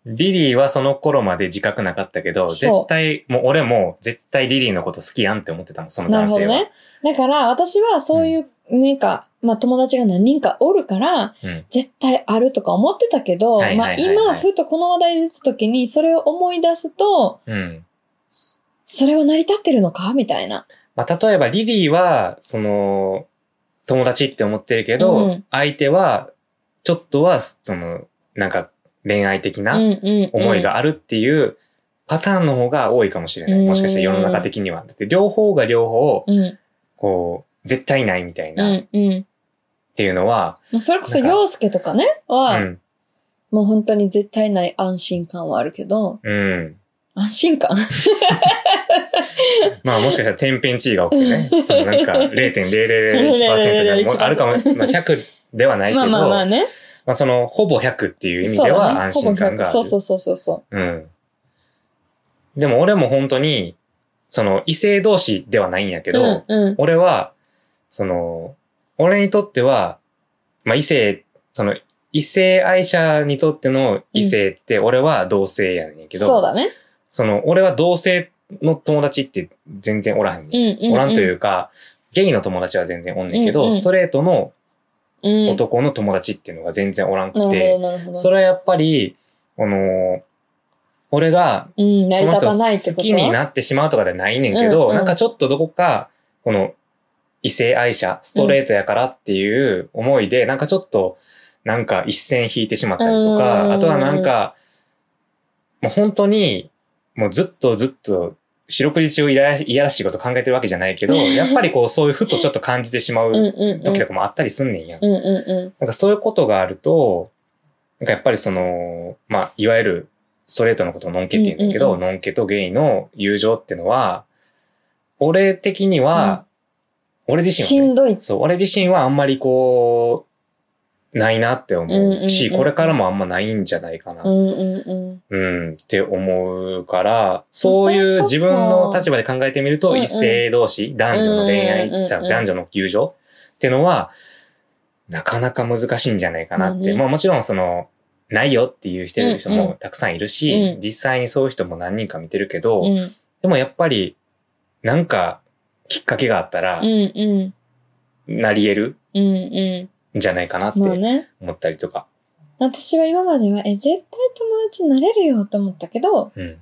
S1: リリーはその頃まで自覚なかったけど、
S2: そう
S1: 絶対、もう俺も絶対リリーのこと好きやんって思ってたもん、その
S2: なる
S1: 男
S2: ほど
S1: 性は。
S2: ね。だから、私はそういう、なんか、まあ友達が何人かおるから、
S1: うん
S2: 絶対あるとか思ってたけど、
S1: はい
S2: ま
S1: はい
S2: あ
S1: はいはい
S2: 今、ふとこの話題出た時に、それを思い出すと、
S1: うん。
S2: それは成り立ってるのかみたいな。
S1: まあ、例えばリリーは、その、友達って思ってるけど、
S2: うん
S1: 相手は、ちょっとは、その、なんか恋愛的
S2: う
S1: なん
S2: うん、
S1: 思い。があるっていうパターンの方が多いかもしれない。
S2: うん
S1: もしかして世の中的には。だって両方が両方、
S2: うん、
S1: こう、絶対ないみたいうな、っ
S2: ん、うん。
S1: ていうのは、
S2: まあそれこそ、
S1: なんか
S2: 洋介とかね、は、
S1: うん、
S2: もう本当に絶対ない安心感はあるけど、
S1: うん。
S2: 安心感
S1: まあもしかしたら天変地異が起きてね、そのな んか0.0001%がもうあるかも、まあ100ではないけ
S2: まあ
S1: ど、
S2: まあまあね。
S1: まあそのほぼ100っていう意味
S2: そう
S1: で
S2: だ
S1: は
S2: ね
S1: 安心感がある。
S2: ほぼ100そうそうそうそう。
S1: うん。でも俺も本当に、その異性同士ではないんやけど、
S2: うんうん。
S1: 俺は、その、俺にとっては、まあ異性、その異性愛者にとっての異性って俺は同性やねんけど、
S2: そうだね。
S1: その俺は同性の友達って全然おらへんね
S2: う
S1: ん
S2: んうん、うん。。
S1: おらんといううか、ゲイの友達は全然おんねんけど、
S2: うんうん
S1: ストレートの
S2: うん、
S1: 男の友達っていうのが全然おらん
S2: な
S1: く
S2: るほど、
S1: て、
S2: なるほど。
S1: それはやっぱり、あのー俺が、
S2: うん、成
S1: そ
S2: り
S1: の
S2: 立
S1: 人を
S2: たないってこと
S1: 好きになってしまうとかではないねんけ
S2: う
S1: ど、
S2: んうん
S1: なんかちょっとどこか、この、異性愛者、ストレートやからっていう思いで、なんかちょっと、なんか一線引いてしまったりと
S2: うん
S1: か、あとはなんか、もう本当に、もうずっとずっと、四六時中いやいやらしいこと考えてるわけじゃないけど、やっぱりこうそういうふとちょっと感じてしま
S2: うん
S1: う
S2: うんうん。
S1: 時とかもあったりすんねんや。
S2: うんうんうん。
S1: なんかそういうことがあると、なんかやっぱりその、まあ、いわゆるストレートのことをノンケって言うんだけど、
S2: うんうん
S1: ノンケとゲイの友情ってのは、俺的には、俺自身
S2: し
S1: は、ね
S2: んどい。
S1: そう、俺自身はあんまりこう、ないなって思
S2: うんうんう
S1: うんし、これからもあんまないんじゃないかな、
S2: う
S1: うん
S2: んうんうん。
S1: って思うから、
S2: そ
S1: そうい
S2: れ
S1: う
S2: こそ
S1: 自分の立場で考えてみると、
S2: うんうん
S1: 異性同士、男女
S2: うん
S1: の恋
S2: うんう
S1: 愛、
S2: ん
S1: さ男女の友情ってのは、なかなか難しいんじゃないかなっ
S2: まあ
S1: て。
S2: ね
S1: まあもちろんその、ないよっていう人人
S2: うんう
S1: も
S2: ん
S1: たくさんいるし、
S2: うん
S1: 実際にそういう人も何人か見てるけど、
S2: うんうん
S1: でもやっぱり、なんかきっかけがあったら、
S2: うん。
S1: なり得る
S2: うんうん
S1: じゃないかなっ
S2: ん。まあ
S1: て
S2: ね。
S1: 思ったりとか。
S2: 私は今までは、え、絶対友達になれるよと思ったけど、
S1: うん。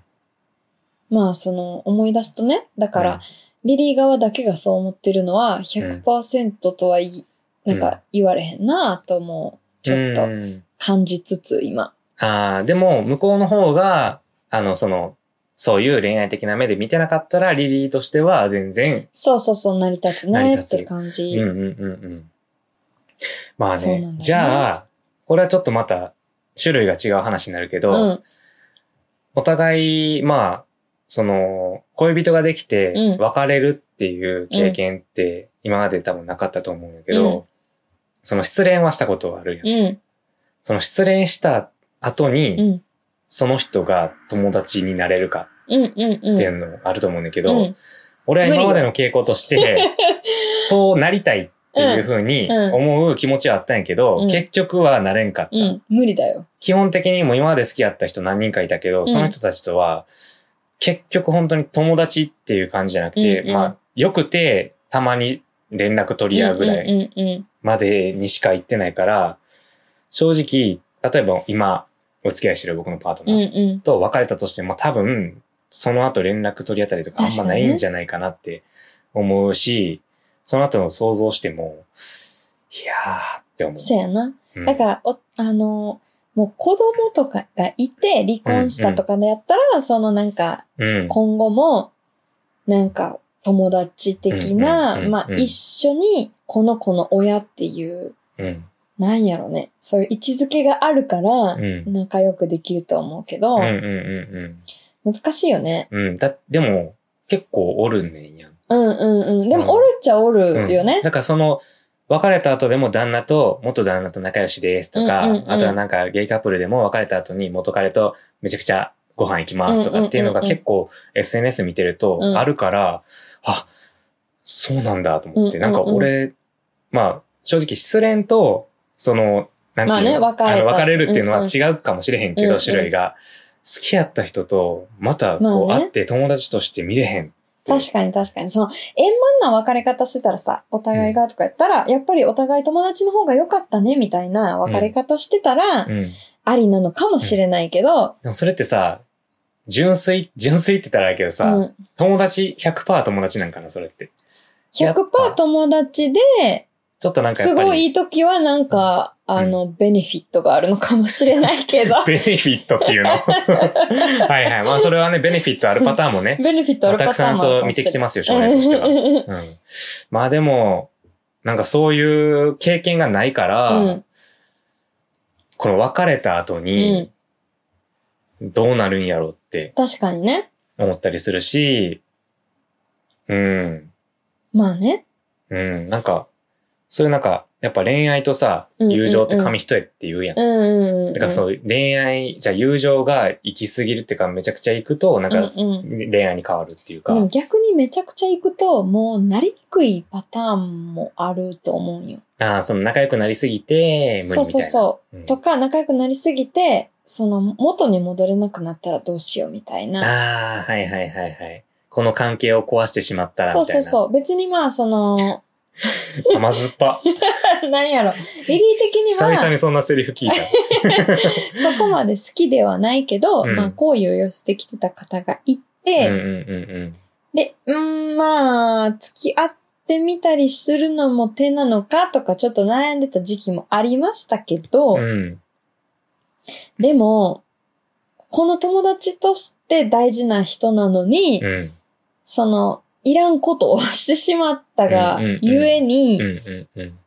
S2: まあその思い出すとね、だから、リリー側だけがそう思ってるのは100%とはい、なんか言われへんなぁとも、ちょっ
S1: う
S2: と
S1: ん
S2: 感じつつ今。
S1: ああ、でも、向こうの方が、あの、その、そういう恋愛的な目で見てなかったら、リリーとしては全然、
S2: そうそうそう、成り立つ
S1: 成り
S2: ねっ
S1: 立つ
S2: て感
S1: うん
S2: じ。
S1: うんうんうん。まあ
S2: そうなんだ
S1: ね
S2: よ、ね
S1: じゃあ、これはちょっとまた、種類が違う話になるけ
S2: う
S1: ど、
S2: ん。
S1: お互い、まあ、その、恋人ができ
S2: う
S1: て
S2: ん、
S1: 別れるっていう経験って、今まで多分なかったと思うんやけど、
S2: う
S1: その失恋はしたことはあるやん。
S2: うん。
S1: その失恋した後に、
S2: うん。
S1: その人が友達になれるか
S2: うん。うん。うん。
S1: っていうのもあると思うんだけ
S2: う
S1: ど、
S2: ん。
S1: 俺は今までの傾向として、 そうなりたいっていうふうに
S2: うんうん
S1: 思う気持ちはあったんやけど、
S2: うん
S1: 結局はなれんかった、
S2: うん、無理だよ。
S1: 基本的にもう今まで好きやった人何人かいたけど、
S2: ん
S1: その人たちとは、結局本当に友達っていう感じじゃなくて、
S2: うんうん
S1: まあ、よくて、たまに連絡取り合うぐら
S2: う
S1: い
S2: んうんうん
S1: までにしか行ってないから、正直、例えば今、お付き合いしてる僕のパートナー
S2: うん。うんうん。
S1: と別れたとしても多分、その後連絡取り合ったりとかあんまないんじゃないかなって思うし、その後の想像しても、いやーって思う。
S2: そうやな。
S1: うん
S2: だから、お、あの、もう子供とかがいて離婚したとかでやったら、そのなんか
S1: うん。
S2: 今後も、なんか、友達的
S1: うんうん
S2: な、
S1: うんうん
S2: まあ、一緒に、この子の親っていう、
S1: うん。
S2: なんやろね。そういう位置づけがあるから
S1: う、ん。
S2: 仲良くできると思うけど、
S1: うんうん
S2: 難しいよね。
S1: うんうん。うん。だ、でも、結構おるねんやん。
S2: うんうんうん。で
S1: う
S2: も、
S1: ん
S2: おるっちゃおるよ
S1: うん
S2: ね。
S1: だからその、別れた後でも旦那と元旦那と仲良しですと
S2: う
S1: か、
S2: んうんうん
S1: あとはなんかゲイカップルでも別れた後に元彼とめちゃくちゃご飯行きますとかっていうのが
S2: うんうんうんうん
S1: 結構 SNS 見てると
S2: うん
S1: あるから、あ、そうなんだと思って、
S2: うんうんうん
S1: なんか俺、まあ正直失恋と、その、なんていうの、
S2: まあね別れた
S1: あの別れるっていうのは違うかもしれへんけど、
S2: うんうん
S1: 種類が。好きやった人と、また
S2: まあ
S1: こう
S2: ね
S1: 会って友達として見れへん。
S2: 確かに確かに。その、円満な別れ方してたらさ、お互いがとかやったら、やっぱりお互い友達の方が良かったね、みたいな別れ方してたら、
S1: うん。
S2: ありなのかもしれないけど、
S1: でもそれってさ、純粋、純粋って言ったらあれやけどさ、
S2: うん
S1: 友達、100%友達なんかな、それって。やっぱ
S2: 100%友達で、
S1: ちょっとなんかや
S2: す
S1: っぱ
S2: ごいい
S1: り、
S2: い時はなんか、
S1: ん
S2: あの、ベネフィットがあるのかもしれない けど、
S1: ベネフィットっていうの。 はいはい。まあそれはね、ベネフィットあるパターン もね、
S2: ベネフィットあ
S1: ま
S2: る
S1: あた
S2: パ
S1: く
S2: タ
S1: さ
S2: ーン
S1: ん
S2: もあ
S1: そ
S2: る
S1: う
S2: かも
S1: 見
S2: してれ
S1: き
S2: な
S1: て
S2: い。
S1: ますよ、少年とし ては。うん。まあでも、なんかそういう経験がないから、
S2: うん
S1: この別れた後に、どうなるんやろうって
S2: 確かにね。
S1: 思ったりするし、うん。
S2: まあね。
S1: うん、なんか、そういうなんか、やっぱ恋愛とさ、
S2: うんうんうん
S1: 友情って紙一重って言うやん。
S2: うんうんうん。
S1: だからそうう、恋愛、じゃあ友情が行き過ぎるっていうか、めちゃくちゃ行くと、なん
S2: ん
S1: か、
S2: うん
S1: 恋愛に変わるっていうか
S2: で。も逆にめちゃくちゃ行くと、もうなりにくいパターンもあると思うんよ。
S1: ああ、その仲良くなりすぎて、無理みたい
S2: そ
S1: な。
S2: うそうそうう。
S1: ん
S2: とか、仲良くなりすぎて、その元に戻れなくなったらどうしようみたいな。
S1: ああ、はいはいはいはい。この関係を壊してしまったら、
S2: そう
S1: みたい
S2: そう
S1: な。
S2: そう。別にまあ、その、
S1: う。甘酸っぱ。
S2: なんやろ。リリー的に
S1: 久
S2: は、
S1: 々にそんなセリフ 聞いた。
S2: そこまで好きではないけど、
S1: うん
S2: まあ、好意を寄せてきてた方がいて、
S1: うんうんうんうん。
S2: で、うーん、まあ、付き合ってみたりするのも手なのかとか、ちょっと悩んでた時期もありましたけど、
S1: うん。
S2: でも、この友達として大事な人なのに、
S1: うん。
S2: その、いらんことをしてしまったが
S1: うんうんうん、
S2: ゆえに、
S1: うん
S2: っ
S1: うんうん。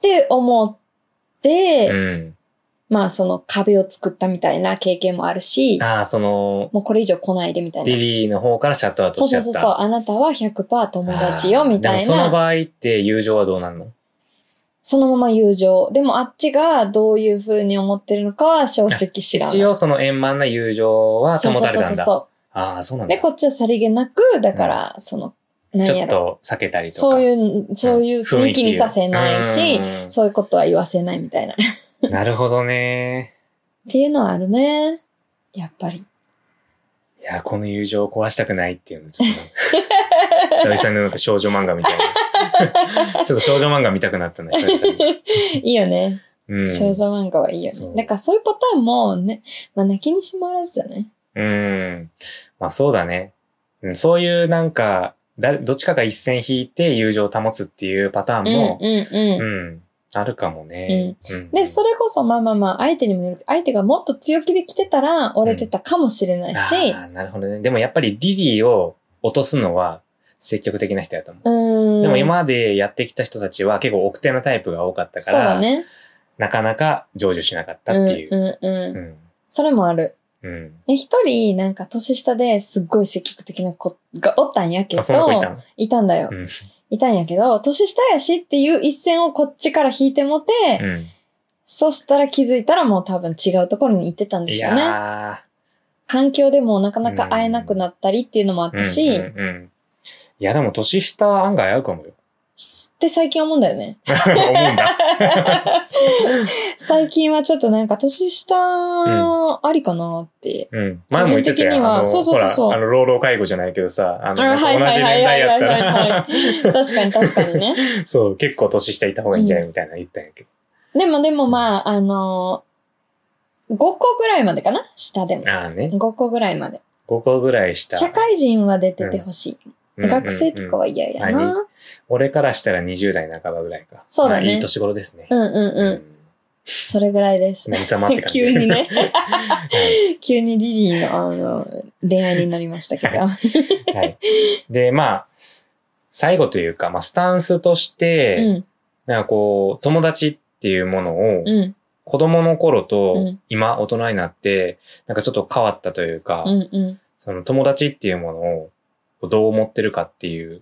S2: て思って、
S1: うん。
S2: まあ、その壁を作ったみたいな経験もあるし、
S1: ああ、その、
S2: もうこれ以上来ないでみたいな
S1: リ。リーの方からシャットアウト
S2: そう
S1: しち
S2: そ
S1: ゃ
S2: う
S1: った。
S2: そうそう、あなたは100%友達よ、みた
S1: でも
S2: い
S1: その
S2: な。
S1: 場合って友情はどうなんの
S2: そのまま友情。でもあっちがどういう風に思ってるのかは正直知らない。
S1: 一応その円満な友情は
S2: そう
S1: 保
S2: そう
S1: たれ
S2: そうそ
S1: たん
S2: う
S1: だ。
S2: そ
S1: ああ、そうな
S2: う。
S1: ん
S2: で、
S1: だ。
S2: こっちはさりげなく、だから、その、何
S1: ちょ
S2: や
S1: っ
S2: ろ。
S1: と避けたりとか。
S2: そう
S1: う
S2: いう、そういう雰囲気にさせないし、
S1: うん
S2: そういうことは言わせないみたいな。っ
S1: なるほどね。
S2: ていうのはあるね。やっぱり。
S1: いや、この友情を壊したくないっていうの、ちょっ と。久々のなんか少女漫画みたいな。ちょっと少女漫画見たくなったな、久々に。
S2: いいよね。
S1: うん。
S2: 少女漫画はいいよ
S1: そう
S2: ね。だからそういうパターンもね、まあ泣きにしもあらずじゃない
S1: うん。まあそうだね。うんそういうなんか、だどっちかが一線引いて友情を保つっていうパターン
S2: うん
S1: も、
S2: うんうん。
S1: うん。あるかもね。うん
S2: で、それこそ、まあまあまあ、相手にもよるけど、相手がもっと強気で来てたら、折れてたかもしれない
S1: あ
S2: し、
S1: ーなるほどね。でもやっぱりリリーを落とすのは積極的な人やと思
S2: うー
S1: う。
S2: ん。
S1: でも今までやってきた人たちは結構奥手なタイプが多かった
S2: そ
S1: か
S2: うだ
S1: ら、
S2: ね。
S1: なかなか成就しなかったっていうう。
S2: んうん
S1: う
S2: うん。
S1: ん。
S2: それもある。
S1: うん。
S2: え一人、なんか年下ですっごい積極的な子がおったんやけど、
S1: あ、そんな子いたの
S2: いたんだよ、
S1: うん
S2: いたんやけど、年下やしっていう一線をこっちから引いてもて、
S1: うん。
S2: そしたら気づいたらもう多分違うところに行ってたんで
S1: い
S2: すよね。
S1: や
S2: 環境でもなかなか会えなくなったりっていうのもあっ
S1: ー。うん
S2: たし、
S1: うんうん。いや、でも年下は案外合うかもよ。
S2: って最近思うんだよね。
S1: 思うんだ。
S2: 最近はちょっとなんか年下ありかなって。
S1: うん。前も言ってた
S2: 個人的に
S1: よ。
S2: は
S1: あの
S2: そうそうそうそう
S1: ほらあの、老老介護じゃないけどさ、あの、
S2: あ
S1: なんか同じ年代やった
S2: はいはいは、
S1: ら
S2: 確かに確かにね。
S1: そう、結構年下いた方がいいんじゃないみたいな言ったんやけど。
S2: でもでもまあ、あのー、5個ぐらいまでかな下でも。
S1: ああね。
S2: 5個ぐらいまで。
S1: 5個ぐらいした。
S2: 社会人は出ててほしい。
S1: うんうんうん
S2: 学生とかは嫌やな。
S1: あに俺からしたら20代半ばぐらいか。
S2: そうだね
S1: まあいい年頃ですね。
S2: うんうん
S1: う
S2: うんそれぐらいです。
S1: 何様って感 じ。
S2: 急にね
S1: はい
S2: 急にリリーのあの恋愛になりました けど。
S1: はい。で、まあ、最後というか、まあ、スタンスとし
S2: う
S1: て、
S2: ん、
S1: なんかこう、友達っていうものを、
S2: うん、
S1: 子供の頃
S2: う
S1: と
S2: ん
S1: 今大人になって、なんかちょっと変わったというか、
S2: うん、うん。
S1: その友達っていうものをどう思ってるかっていう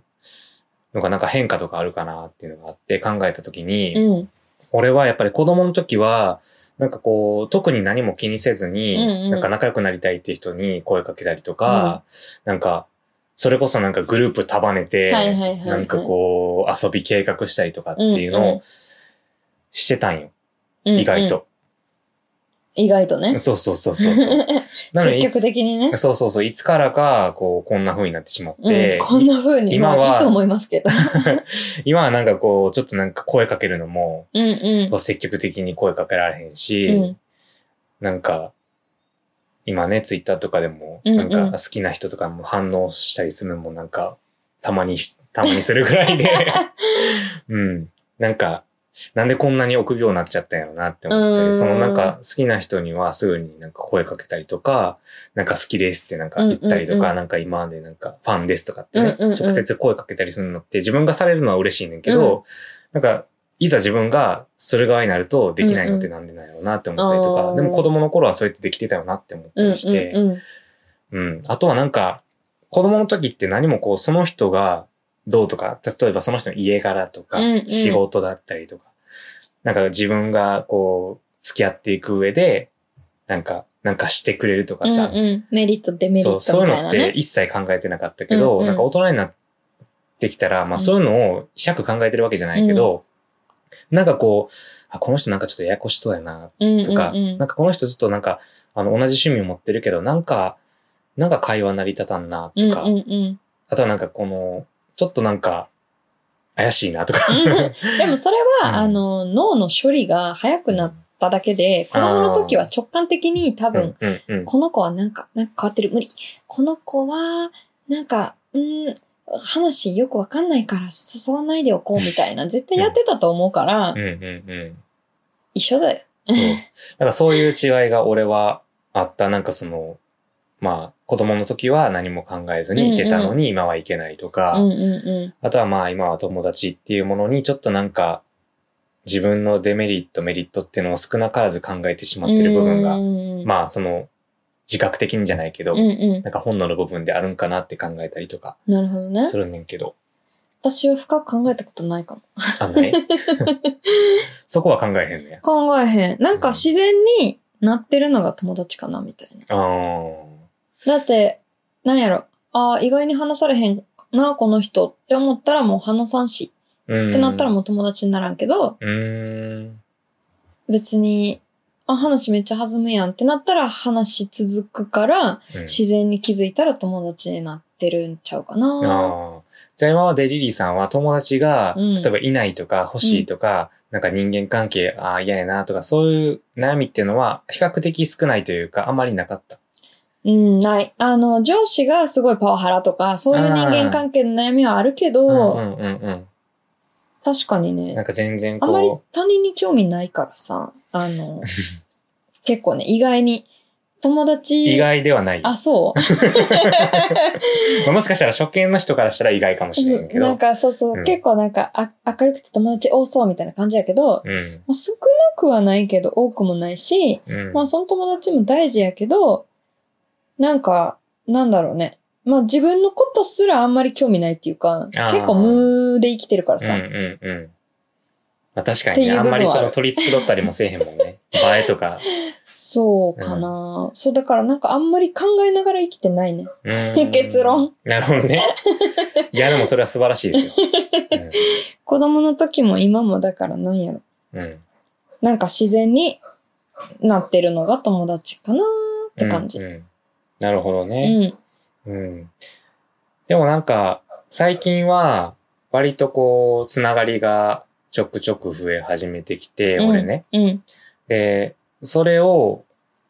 S1: のがなんか変化とかあるかなっていうのがあって考えた時に、
S2: うん、
S1: 俺はやっぱり子供の時は、なんかこう、特に何も気にせずに、
S2: うんうん
S1: なんか仲良くなりたいっていう人に声かけたりとか、なんか、それこそなんかグループ束ねて、
S2: はいはいはいはい
S1: なんかこう、遊び計画したりとかっていう
S2: うん
S1: の
S2: うん
S1: をしてたんよ。
S2: うん。
S1: 意外。と。
S2: 意外とね。
S1: そうそうそうそう そう。なので
S2: 積極的にね
S1: いつ。そうそうそう。いつからか、こう、こんな風になってしまっ
S2: うん
S1: て、、
S2: こんな風に、ま
S1: 今は
S2: あいいと思いますけど。
S1: 今はなんかこう、ちょっとなんか声かけるのも、
S2: うんうん
S1: こう積極的に声かけられへんし、
S2: うん。
S1: なんか、今ね、ツイッターとかでも、
S2: うんう
S1: なん
S2: ん
S1: か好きな人とかも反応したりするのもなんか、たまにし、たまにするぐ らいで、うん。なんか、なんでこんなに臆病になっちゃったんやろなって思っ
S2: う
S1: て、
S2: ん
S1: そのなんか好きな人にはすぐになんか声かけたりとか、なんか好きですってなんか言ったりと
S2: うんうん
S1: か、
S2: う
S1: なんか今までなんかファンですとかってね、
S2: うんうんうん
S1: 直接声かけたりするのって自分がされるのは嬉しいねんけど、なんかいざ自分がする側になるとできないのってなんでなんやろうなって思ったりとか、
S2: うんうん
S1: でも子供の頃はそうやってできてたよなって思った
S2: うん
S1: りして、
S2: うんうん。
S1: うん。あとはなんか、子供の時って何もこう、その人がどうとか、例えばその人の家柄とか
S2: うんう、ん
S1: 仕事だったりとか、なんか自分がこう、付き合っていく上で、なんか、なんかしてくれるとか
S2: うん
S1: さ、
S2: うん。メリット、デメリ
S1: そう、
S2: ット
S1: そう
S2: み
S1: い
S2: た
S1: う
S2: い
S1: の
S2: な
S1: って
S2: ね。
S1: 一切考えてなかったけ
S2: う
S1: ど、
S2: んうん
S1: なんか大人になってきたら、まあ
S2: うん
S1: そういうのを100考えてるわけじゃないけど、なんかこう、あ、この人なんかちょっとややこしそうやな、
S2: うん
S1: と
S2: う
S1: か、
S2: んうん
S1: なんかこの人ちょっとなんか、あの、同じ趣味を持ってるけど、なんか、なんか会話成り立たんな、とか、
S2: うんうんうん
S1: あとはなんかこの、ちょっとなんか、怪しいな、とか。
S2: でもそれは、
S1: うん
S2: あの、脳の処理が早 くなっただけで、子供の時は直感的に多
S1: うん、
S2: 分、
S1: うん、うん。
S2: この子はなんか、なんか変わってる、無理。この子は、なんか、うん、話よくわかんないから誘わないでおこうみたいな、絶対やってたと思うから、
S1: うん、うん、うん。
S2: 一緒だよ。
S1: そう。だからそういう違いが俺はあった。なんかその、まあ、子供の時は何も考えずに行けたのに今は行けないとか、
S2: うんうんうん。
S1: あとはまあ今は友達っていうものにちょっとなんか自分のデメリット、メリットっていうのを少なからず考えてしまってる部分が、
S2: うん
S1: まあその自覚的にじゃないけど、
S2: うんうん。
S1: なんか本能の部分であるんかなって考えたりとか
S2: なるほどね。
S1: するねんけど、
S2: 私は深く考えたことないかも。
S1: あないそこは考えへんねや。
S2: 考えへん。なんか自然になってるのが友達かな、みたいな。
S1: あー
S2: だって、なんやろ。ああ、意外に話されへんな、この人って思ったらもう話さんし。
S1: うん。
S2: ってなったらもう友達にならんけど、
S1: うーん。
S2: 別に、あ、話めっちゃ弾むやんってなったら話し続くから、
S1: うん
S2: 自然に気づいたら友達になってるんちゃうかな。
S1: ああ。じゃあ今までリリーさんは友達が、
S2: うん
S1: 例えばいないとか欲しいとか、なんか人間関係、ああ嫌やなとか、そういう悩みっていうのは比較的少ないというか、あまりなかった。
S2: うん、ない。あの、上司がすごいパワハラとか、そういう人間関係の悩みはあるけ
S1: う
S2: ど、
S1: んうんうん
S2: 確かに
S1: うん。
S2: ね
S1: なん、か全然
S2: あんまり
S1: こ
S2: 他人に興味ないからさ、あ の、結構ね、意外に、友
S1: う、
S2: 達、
S1: 意外ではない。ま
S2: あ、そう
S1: あもしかしたら初見の人からしたら意外かもしれんけ
S2: な
S1: ど
S2: ん。かそうそう、
S1: うん
S2: 結構なんかあ明るくて友達多そうみたいな感じやけど、
S1: うん。
S2: まあ、少なくはないけど多くもないし、
S1: うん。
S2: まあその友達も大事やけど、なんか、なんだろうね。まあ自分のことすらあんまり興味ないっていうか、
S1: ー
S2: 結構無で生きてるからさ、
S1: うんうんうん。まあ確か
S2: って
S1: に
S2: いう部
S1: ね、あん
S2: 分は
S1: まりそ
S2: あ
S1: の
S2: る
S1: 取り繕ったりもせえへんもん ね。映えとか。
S2: そうかな、そうだからなんかあんまり考えながら生きてないね。
S1: うーん
S2: 結論。
S1: なるほど ね。いや、でもそれは素晴らしいですよ。
S2: 子供の時も今もだからなんやろ。
S1: うん。うん
S2: なんか自然になってるのが友達かなーって感じ。
S1: うんうんなるほど
S2: う
S1: ね、
S2: ん。
S1: うん。でもなんか、最近は、割とこう、つながりがちょくちょく増え始めてきて、
S2: うん
S1: 俺ね。
S2: うん。
S1: で、それを、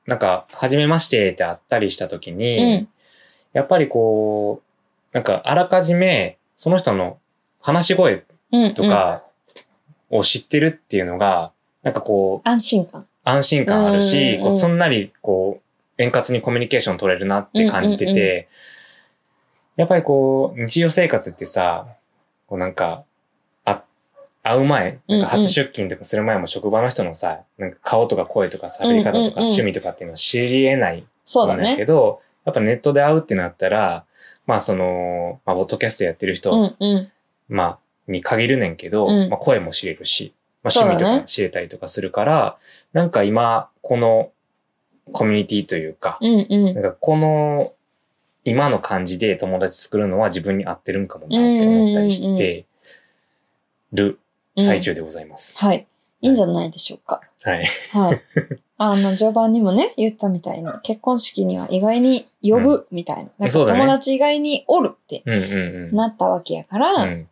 S1: なんか、初めましてって会ったりした時
S2: う
S1: に、
S2: ん。
S1: やっぱりこう、なんか、あらかじめ、その人の話し声
S2: うん。
S1: とかを知ってるっていうのが、なんかこう、
S2: 安心感。
S1: 安心感あるし、
S2: うんうんうん
S1: こうすんなり、こう、円滑にコミュニケーション取れるなって感じてて、
S2: うんうん
S1: やっぱりこう、日常生活ってさ、こうなんか、あ、会う前、なんか
S2: うんうん
S1: 初出勤とかする前も職場の人のさ、なんか顔とか声とか喋り方
S2: うんうんう
S1: と
S2: ん
S1: か趣味とかっていうのは知り得ない
S2: そうだ
S1: なんだけ
S2: ね。
S1: ど、やっぱネットで会うってなったら、まあその、まあ、ボッドキャストやってる人、
S2: うんうん。
S1: まあ、に限るねんけど、
S2: うん
S1: まあ、声も知れるし、まあ、
S2: そうだね
S1: 趣味とか知れたりとかするから、なんか今、このコミュニティというか、
S2: うんうん
S1: な。んかこの、今の感じで友達作るのは自分に合ってるんかもなって思ったりしてる最中でございます。
S2: はい。いいんじゃないでしょうか。
S1: はい。
S2: はい。 あの、序盤にもね、言ったみたいに、結婚式には意外に呼ぶみたいな。なんか
S1: そうだね
S2: 友達意外におるって
S1: うんうんうん。
S2: なったわけやから、
S1: うん。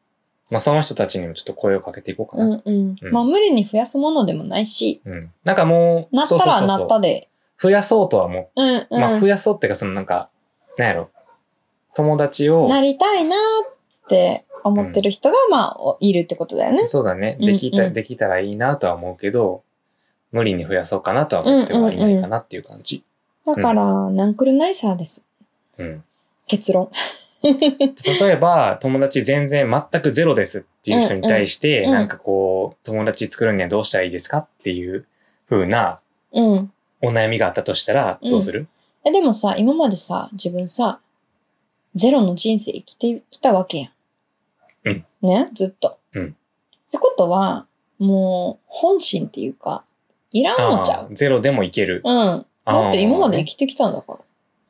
S1: まあ、その人たちにもちょっと声をかけていこうか
S2: う
S1: な。
S2: んうん。
S1: うん
S2: まあ無理に増やすものでもないし、
S1: うん。なんかもう、
S2: なったら
S1: そうそうそう
S2: な
S1: そう
S2: ったで。
S1: 増やそうとは思っ
S2: うんうん。
S1: まあ増やそうっていうか、そのなんか、なんやろ。友達を、
S2: なりたいなーって思ってる人が、まあ、おいるってことだよね。
S1: そうだね。
S2: うん
S1: できた、
S2: うん
S1: できたらいいなとは思うけど、無理に増やそうかなとは思ってはいないかなっていう感じ。
S2: だから、ナンクルナイサーです。
S1: うん
S2: 結論。
S1: で例えば、友達全然全くゼロですっていう人に対し
S2: う
S1: て、
S2: んうん
S1: なんかこう、友達作るにはどうしたらいいですかっていう風な
S2: うん。
S1: お悩みがあったとしたら、どうする、
S2: え、でもさ、今までさ、自分さ、ゼロの人生生きてきたわけやん。
S1: うん
S2: ねずっと。
S1: うん
S2: ってことは、もう、本心っていうか、いらん
S1: あ
S2: のちゃ
S1: あ
S2: う。
S1: ゼロでもいける。
S2: うん。だって今まで生きてきたんだから。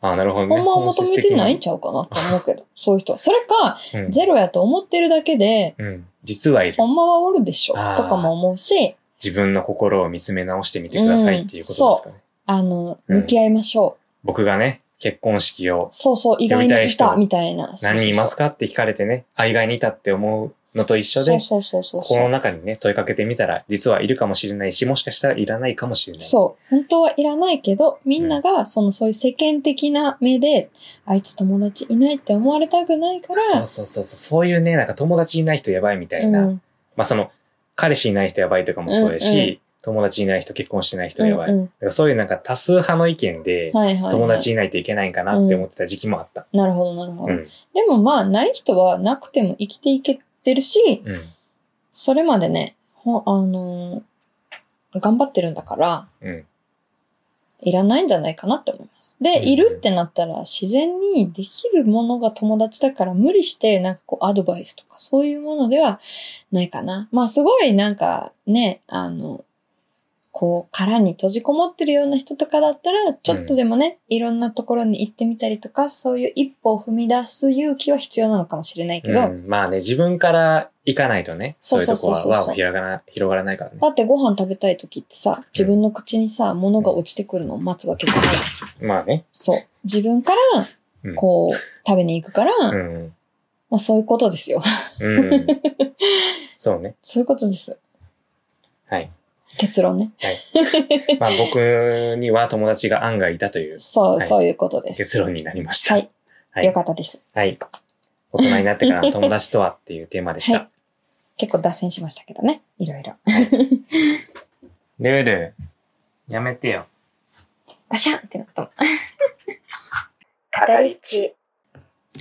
S1: ああ、なるほどね。
S2: ほんまは求めてないん
S1: 本
S2: ちゃうかなって思うけど。そういう人は。それか、
S1: 質的に
S2: ゼロやと思ってるだけで、
S1: うん。うん。実はいる
S2: ほ。んまはおるでしょ。と
S1: あー
S2: かも思うし、
S1: 自分の心を見つめ直してみてくださいっていうことですかね。
S2: あの、
S1: うん
S2: 向き合いましょう。
S1: 僕がね、結婚式を
S2: そうそう、意外
S1: 呼びた
S2: に
S1: い
S2: い
S1: 人
S2: た、みたいな。
S1: 何人います
S2: か
S1: かって聞かれてね、あ、意外にいたって思うのと一
S2: そ
S1: 緒
S2: うそ
S1: で
S2: う、そうそうそうそう。
S1: 心の中にね、問いかけてみたら、実はいるかもしれないし、もしかしたらいらないかもしれない。
S2: そう。本当はいらないけど、みんなが、その、そういう世間的な目で、あいつ友達いないって思われたくないから、
S1: そうそうそうそう。そういうね、なんか友達いない人やばいみたいな。
S2: うん
S1: まあその、彼氏いない人やばいとかもそうやし、
S2: うんうん
S1: 友達いない人、結婚してない人
S2: うん
S1: やばい。だ
S2: うん
S1: からそういうなんか多数派の意見で、
S2: はいはいはい。
S1: 友達いないといけないんかなって思ってた時期もあった。
S2: なるほど、なるほ
S1: う
S2: ど。
S1: ん。
S2: でもまあ、ない人はなくても生きていけてるし、
S1: うん。
S2: それまでね、ほあのー頑張ってるんだから、
S1: うん。
S2: いらないんじゃないかなって思います。で、
S1: うん
S2: いるってなったら、自然にできるものが友達だから、無理して、なんかこう、アドバイスとか、そういうものではないかな。まあ、すごい、なんか、ね、あの、こう、殻に閉じこもってるような人とかだったら、ちょっとでもね、いろんなところに行ってみたりとか、そういう一歩を踏み出す勇気は必要なのかもしれないけど、
S1: うんまあね、自分から行かないとね、
S2: そ
S1: そうういう
S2: そう
S1: と
S2: そ
S1: こ
S2: うそ
S1: は
S2: う
S1: 輪も広がら広がらないからね。
S2: だってご飯食べたい時ってさ、自分の口にさ、物が落ちてくるのを待つわけじゃない。
S1: まあね。
S2: そう。自分か
S1: う
S2: ら、
S1: ん
S2: こう、食べに行くから、
S1: うん。
S2: まあそういうことですよ。
S1: うん。そうね。
S2: そういうことです。
S1: はい。
S2: 結論ね。
S1: まあ僕には友達が案外いたという
S2: そう、
S1: はい
S2: そういうことです。
S1: 結論になりました。
S2: は
S1: はい。
S2: い。よかったです。
S1: はい。大人になってからの友達とはっていうテーマでし
S2: は
S1: た
S2: い。。結構脱線しましたけどね。いろいろ。
S1: ルール、やめてよ。
S2: ガシャンってなったもん。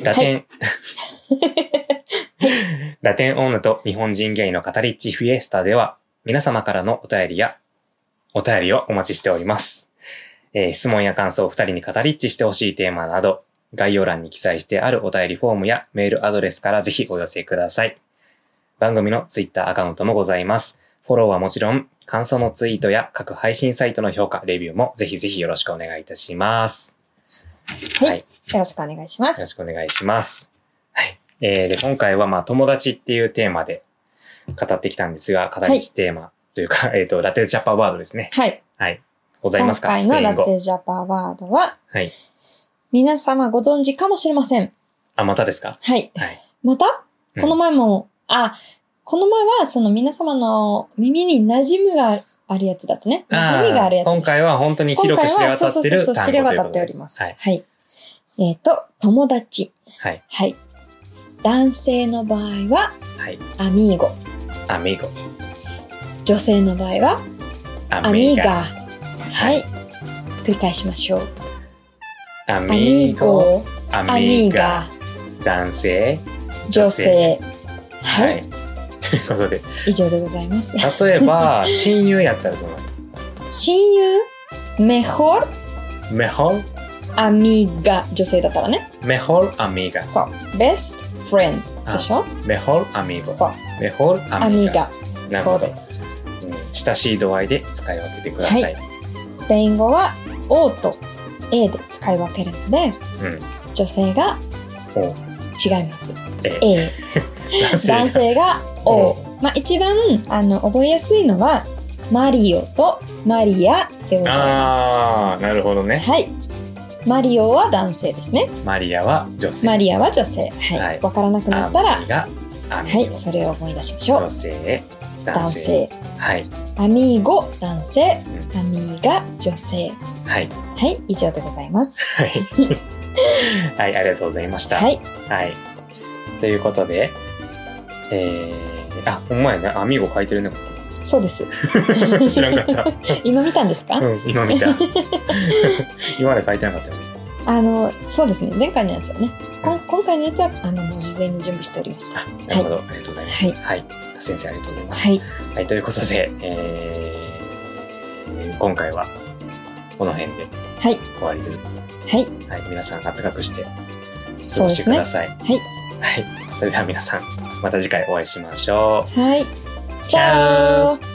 S1: ラテン。 ラテン女と日本人ゲイの語りっちフィエスタでは、皆様からのお便りや、お便りをお待ちしております。えー質問や感想、二人に語りっちしてほしいテーマなど、概要欄に記載してあるお便りフォームやメールアドレスからぜひお寄せください。番組のツイッターアカウントもございます。フォローはもちろん、感想のツイートや各配信サイトの評価、レビューもぜひぜひよろしくお願いいたします。
S2: はい。よろしくお願いしま
S1: よろし
S2: す。
S1: くお願いします。はい。えー、で、今回は、まあ、友達っていうテーマで語ってきたんですが、語り口テーマというか、 えっ、と、ラテジャパワードですね。
S2: はい。
S1: はい。ございま
S2: 今
S1: すか
S2: 回
S1: スペ
S2: の
S1: イン
S2: ラ
S1: 語。
S2: テジャパワードは、
S1: はい。
S2: 皆様ご存知かもしれません。
S1: あ、またですか
S2: はい。
S1: はい
S2: また
S1: うん
S2: この前も、あ、この前はその皆様の耳に馴染みがあるやつだったね。馴染みがあるやつ
S1: ー今
S2: でした。
S1: 回は本当に
S2: 今
S1: 広く知れ
S2: 回は、
S1: 渡
S2: そう
S1: っ
S2: そう
S1: て
S2: そう
S1: る
S2: そう、
S1: 単
S2: 知
S1: 語とい
S2: れ
S1: うことで
S2: 渡っております。
S1: は
S2: はいい。えっ、と、友達。
S1: はい。
S2: はい。男性の場合は、
S1: はい。
S2: アミーゴ。
S1: アミーゴ。
S2: 女性の場合は、
S1: ア
S2: アミー
S1: ミガ。
S2: ガ。は
S1: はい
S2: い。。繰り返しましょう。
S1: ア
S2: アミ
S1: ミー
S2: ー
S1: ゴ、
S2: ゴ、
S1: ア
S2: ア
S1: ミ
S2: ミ
S1: ー
S2: ーガ
S1: ガ、、男性。
S2: 女性。は。
S1: はいい。ということで、
S2: 以上でございます。
S1: 例え ば、親友やったらどうな
S2: 親友、mejor
S1: のメホル、
S2: amiga。女性だったらね。
S1: メホルアミーガ。
S2: そう。best friend でしょ
S1: メホルアミーゴ。
S2: そう。
S1: メホルア
S2: ア
S1: ミ
S2: ミ
S1: ーガ。
S2: ガ。
S1: なる
S2: そ
S1: ほ
S2: う
S1: ど
S2: で。す。
S1: うん親しい度合いで使い分けてください。
S2: スペイン語は O と A で使い分けるので、
S1: うん。
S2: 女性が
S1: お、
S2: 違います。
S1: え、
S2: A。
S1: 男性が
S2: 男性が O。まあ一番あの覚えやすいのはマリオとマリアでございま
S1: ああ、なるほどね
S2: す。。はい。マリオは男性ですね。
S1: マリアは女性。
S2: マリアは女性。はい。わ、
S1: はい
S2: からなくなった
S1: ア
S2: ら
S1: ミ、がアミ
S2: はい、
S1: ゴ
S2: それを思い出しましょう
S1: 女。性、
S2: 男
S1: 男性。
S2: 性。
S1: はい。
S2: アミーゴ、男性。アミーガ、女性。
S1: はい。
S2: はい、以上でございます。
S1: はい。はい、ありがとうございました。
S2: はい。
S1: はい。ということで、えー、あ、ほんまやね、アミーゴ書いてるね。
S2: そうです。
S1: 知らんか った。
S2: 今見たんですか、
S1: うん、今 見た。今まで書いてなかったよね。
S2: あの、そうですね。前回のやつはね。こん今回のやつは、あの、もう事前に準備しておりました。
S1: あ、なるほど。ありがとうございます。
S2: はい
S1: はい。先生、ありがとうございます。
S2: はい。
S1: はい、ということで、えー、今回は、この辺で
S2: はい。
S1: 終わりということで
S2: はい。
S1: はい、皆さん暖かくして過
S2: そう
S1: ご
S2: で
S1: し
S2: す
S1: てく
S2: ね
S1: だ。さい。
S2: はい。
S1: はい、それでは皆さん、また次回お会いしましょう。
S2: はい。
S1: チャオ
S2: ー